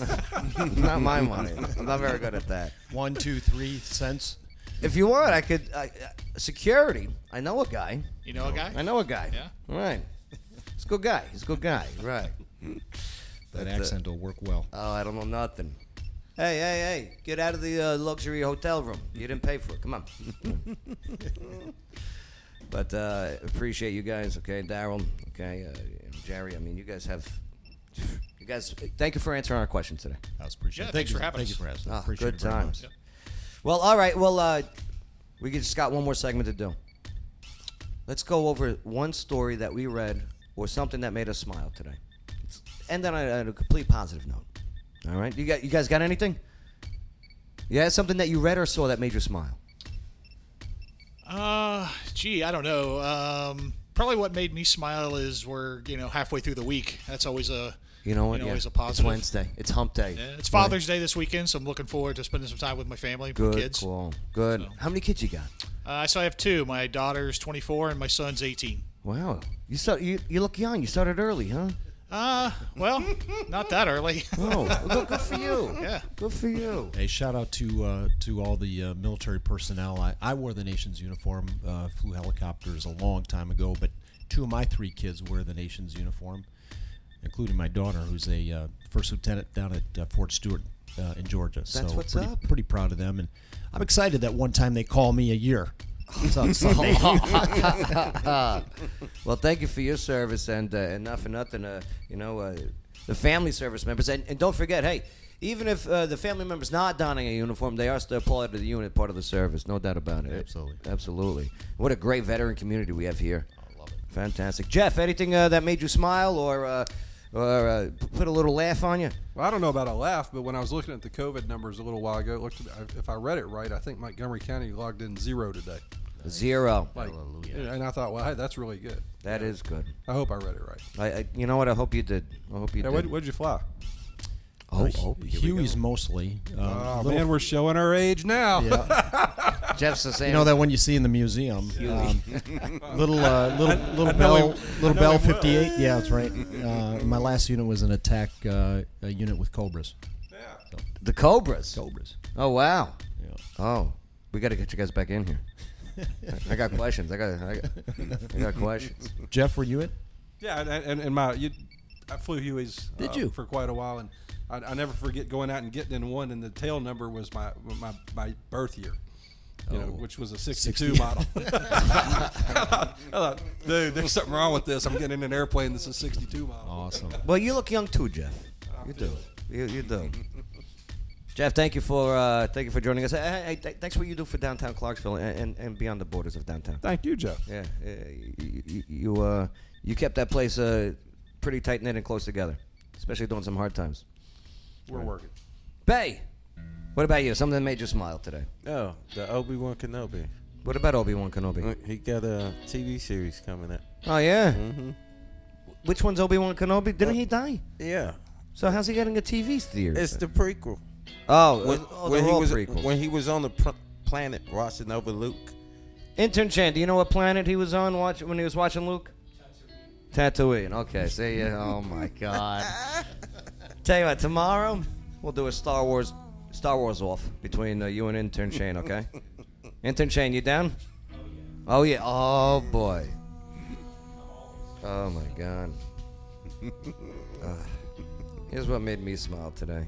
S1: not my money. I'm not very good at that.
S11: One, two, three cents.
S1: If you want, I could. I- Uh, security. I know a guy.
S14: You know a guy?
S1: I know a guy.
S14: Yeah.
S1: All right. He's a good guy. He's a good guy. Right. But,
S11: That
S1: uh,
S11: accent will work well.
S1: Oh, I don't know nothing. Hey, hey, hey! Get out of the uh, luxury hotel room. You didn't pay for it. Come on. but uh, appreciate you guys. Okay, Daryl. Okay, uh, you know, Jerry. I mean, you guys have. You guys, thank you for answering our questions today.
S11: I was appreciated. Yeah, Thank thanks you- for having thank us. you for asking.
S1: Ah,
S11: Appreciate
S1: good
S11: it very much.
S1: times. Well, all right. Well, uh, we just got one more segment to do. Let's go over one story that we read or something that made us smile today. Let's end on a, on a complete positive note. All right, you got you guys got anything? Yeah, something that you read or saw that made you smile.
S14: Uh, gee, I don't know. Um, probably what made me smile is we're you know halfway through the week. That's always a
S1: You know what? Yeah.
S14: always a positive.
S1: It's Wednesday. It's Hump Day.
S14: Yeah, it's Father's Day this weekend, so I'm looking forward to spending some time with my family,
S1: Good
S14: my kids.
S1: call. Good. How many kids you got?
S14: Uh, so I have two. My daughter's 24 and my son's 18.
S1: Wow. You start, you, you look young. You started early, huh?
S14: Uh, well, not that early.
S1: Oh, well, good for you.
S14: Yeah.
S1: Good for you.
S11: Hey, shout out to uh, to all the uh, military personnel. I, I wore the nation's uniform, uh, flew helicopters a long time ago, but two of my three kids wear the nation's uniform, including my daughter, who's a uh, first lieutenant down at uh, Fort Stewart uh, in Georgia.
S1: That's
S11: so
S1: what's
S11: pretty,
S1: up.
S11: Pretty proud of them, and I'm excited that one time they call me a year. So, so
S1: well, thank you for your service, and uh, and not for nothing, uh, you know, uh, the family service members, and, and don't forget, hey, even if uh, the family members not donning a uniform, they are still part of the unit, part of the service, no doubt about it. Absolutely, absolutely. What a great veteran community we have here. I love it. Fantastic, Jeff. Anything uh, that made you smile or uh, or uh, p- put a little laugh on you?
S4: Well, I don't know about a laugh, but when I was looking at the COVID numbers a little while ago, it looked. If I read it right, I think Montgomery County logged in zero today.
S1: Zero.
S4: Like, Hallelujah. And I thought, well, hey, that's really good.
S1: That is good.
S4: I hope I read it right.
S1: I, I, you know what? I hope you did. I hope you
S4: Yeah,
S1: did.
S4: where'd, where'd you fly?
S1: Oh,
S11: Huey's mostly. Um,
S4: oh
S11: little-
S4: man, we're showing our age now.
S1: Yeah. Jeff's the same.
S11: You know that one you see in the museum, um, little uh, little
S4: I-
S11: little
S4: I know
S11: bell
S4: him- I know
S11: little bell
S4: him well.
S11: fifty eight. Yeah, that's right. Uh, my last unit was an attack uh, a unit with Cobras.
S1: The Cobras.
S11: Cobras.
S1: Oh wow. Oh, we got to get you guys back in here. I- I got questions. I got. I got, I got questions.
S11: Jeff, were you it?
S4: Yeah, and, and, and my you, I flew Huey's.
S11: Did
S4: uh,
S11: you?
S4: for quite a while? And I, I never forget going out and getting in one, and the tail number was my my, my birth year. You know,
S11: Oh.
S4: which was a 62
S11: 60.
S4: model. I, thought, I thought, dude, there's something wrong with this. I'm getting in an airplane. This is 62 model.
S11: Awesome.
S1: Well, you look young too, Jeff. You do. You, you do. Jeff, thank you for uh, thank you for joining us. Hey, hey, hey, th- thanks for what you do for downtown Clarksville and, and, and beyond the borders of downtown.
S4: Thank you, Jeff.
S1: Yeah, uh, you you, you, uh, you kept that place uh, pretty tight knit and close together, especially during some hard times.
S4: We're working.
S1: Bay, what about you? Something that made you smile today?
S7: Oh, the Obi Wan Kenobi.
S1: What about Obi Wan Kenobi?
S7: He got a TV series coming up.
S1: Oh yeah.
S7: Mm-hmm.
S1: Which one's Obi Wan Kenobi? Didn't he die?
S7: Yeah.
S1: So how's he getting a TV theater?
S7: It's the prequel.
S1: Oh,
S7: when,
S1: uh, oh,
S7: when
S1: they're
S7: he
S1: all
S7: was
S1: prequels.
S7: when he was on the pr- planet watching over Luke,
S1: Intern Chan, do you know what planet he was on watch, when he was watching Luke? Tatooine. Okay, see you. Oh my God. Tell you what, tomorrow we'll do a Star Wars Star Wars off between uh, you and Intern Shane. Okay, Intern Shane, you down? Oh yeah. Oh boy. Oh my God. Ugh. here's what made me smile today.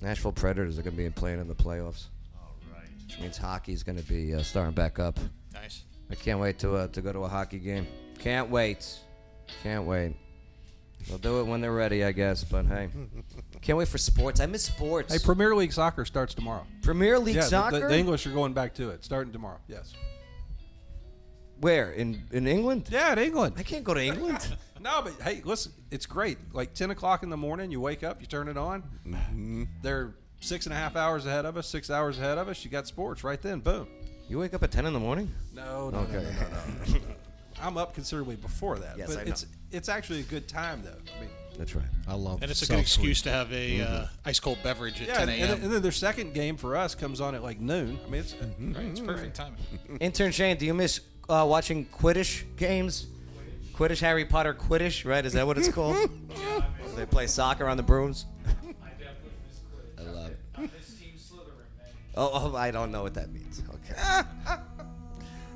S1: Nashville Predators are going to be playing in the playoffs. Which means hockey's going to be uh, starting back up.
S14: Nice.
S1: I can't wait to uh, to go to a hockey game. Can't wait. Can't wait. They'll do it when they're ready, I guess. But hey, can't wait for sports. I miss sports.
S4: Hey, Premier League soccer starts tomorrow.
S1: Premier League
S4: yeah, the- the-
S1: soccer.
S4: The, English are going back to it, starting tomorrow. Yes.
S1: Where in in England?
S4: Yeah, in England.
S1: I can't go to England.
S4: no, but hey, listen, it's great. Like ten o'clock in the morning, you wake up, you turn it on.
S1: Mm-hmm.
S4: They're six and a half hours ahead of us, six hours ahead of us. You got sports right then. Boom.
S1: You wake up at ten in the morning?
S4: No, no,
S1: Okay.
S4: no, no, no, no, no. I'm up considerably before that.
S1: Yes,
S4: but
S1: I know.
S4: it's it's actually a good time though. I mean,
S1: That's right.
S11: I love.
S14: And it's a
S11: South
S14: good excuse
S11: Korea.
S14: to have a uh,
S11: Mhm.
S14: ice cold beverage at
S4: yeah,
S14: 10
S4: and,
S14: a.m.
S4: and, and then their second game for us comes on at like noon. I mean, it's
S14: Right, it's perfect timing.
S1: Intern Shane, do you miss uh, watching Quidditch games? Quidditch, Harry Potter Quidditch, right? Is that what it's called? they play soccer on the brooms. I love it. Oh, oh, I don't know what that means. Okay.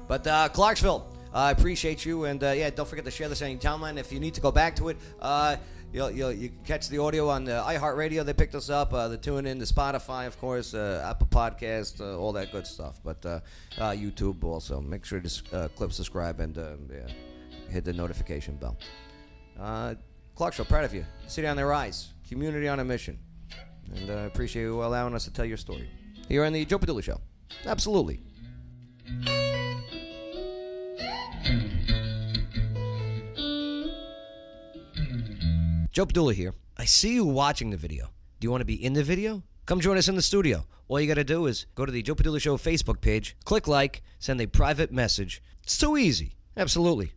S1: but uh, Clarksville, I appreciate you, and uh, yeah, don't forget to share this on your timeline. If you need to go back to it, uh, you'll, you'll you can catch the audio on the iHeartRadio. They picked us up. Uh, the tune in, the Spotify, of course, uh, Apple Podcast, uh, all that good stuff. But uh, uh, YouTube also. Make sure to s- uh, clip, subscribe, and uh, yeah, hit the notification bell. Uh, Clarksville, proud of you. City on the rise, community on a mission, and uh, appreciate you allowing us to tell your story here on the Joe Padula Show. Absolutely. Joe Padula here. I see you watching the video. Do you want to be in the video? Come join us in the studio. All you got to do is go to the Joe Padula Show Facebook page, click like, send a private message. It's too easy. Absolutely.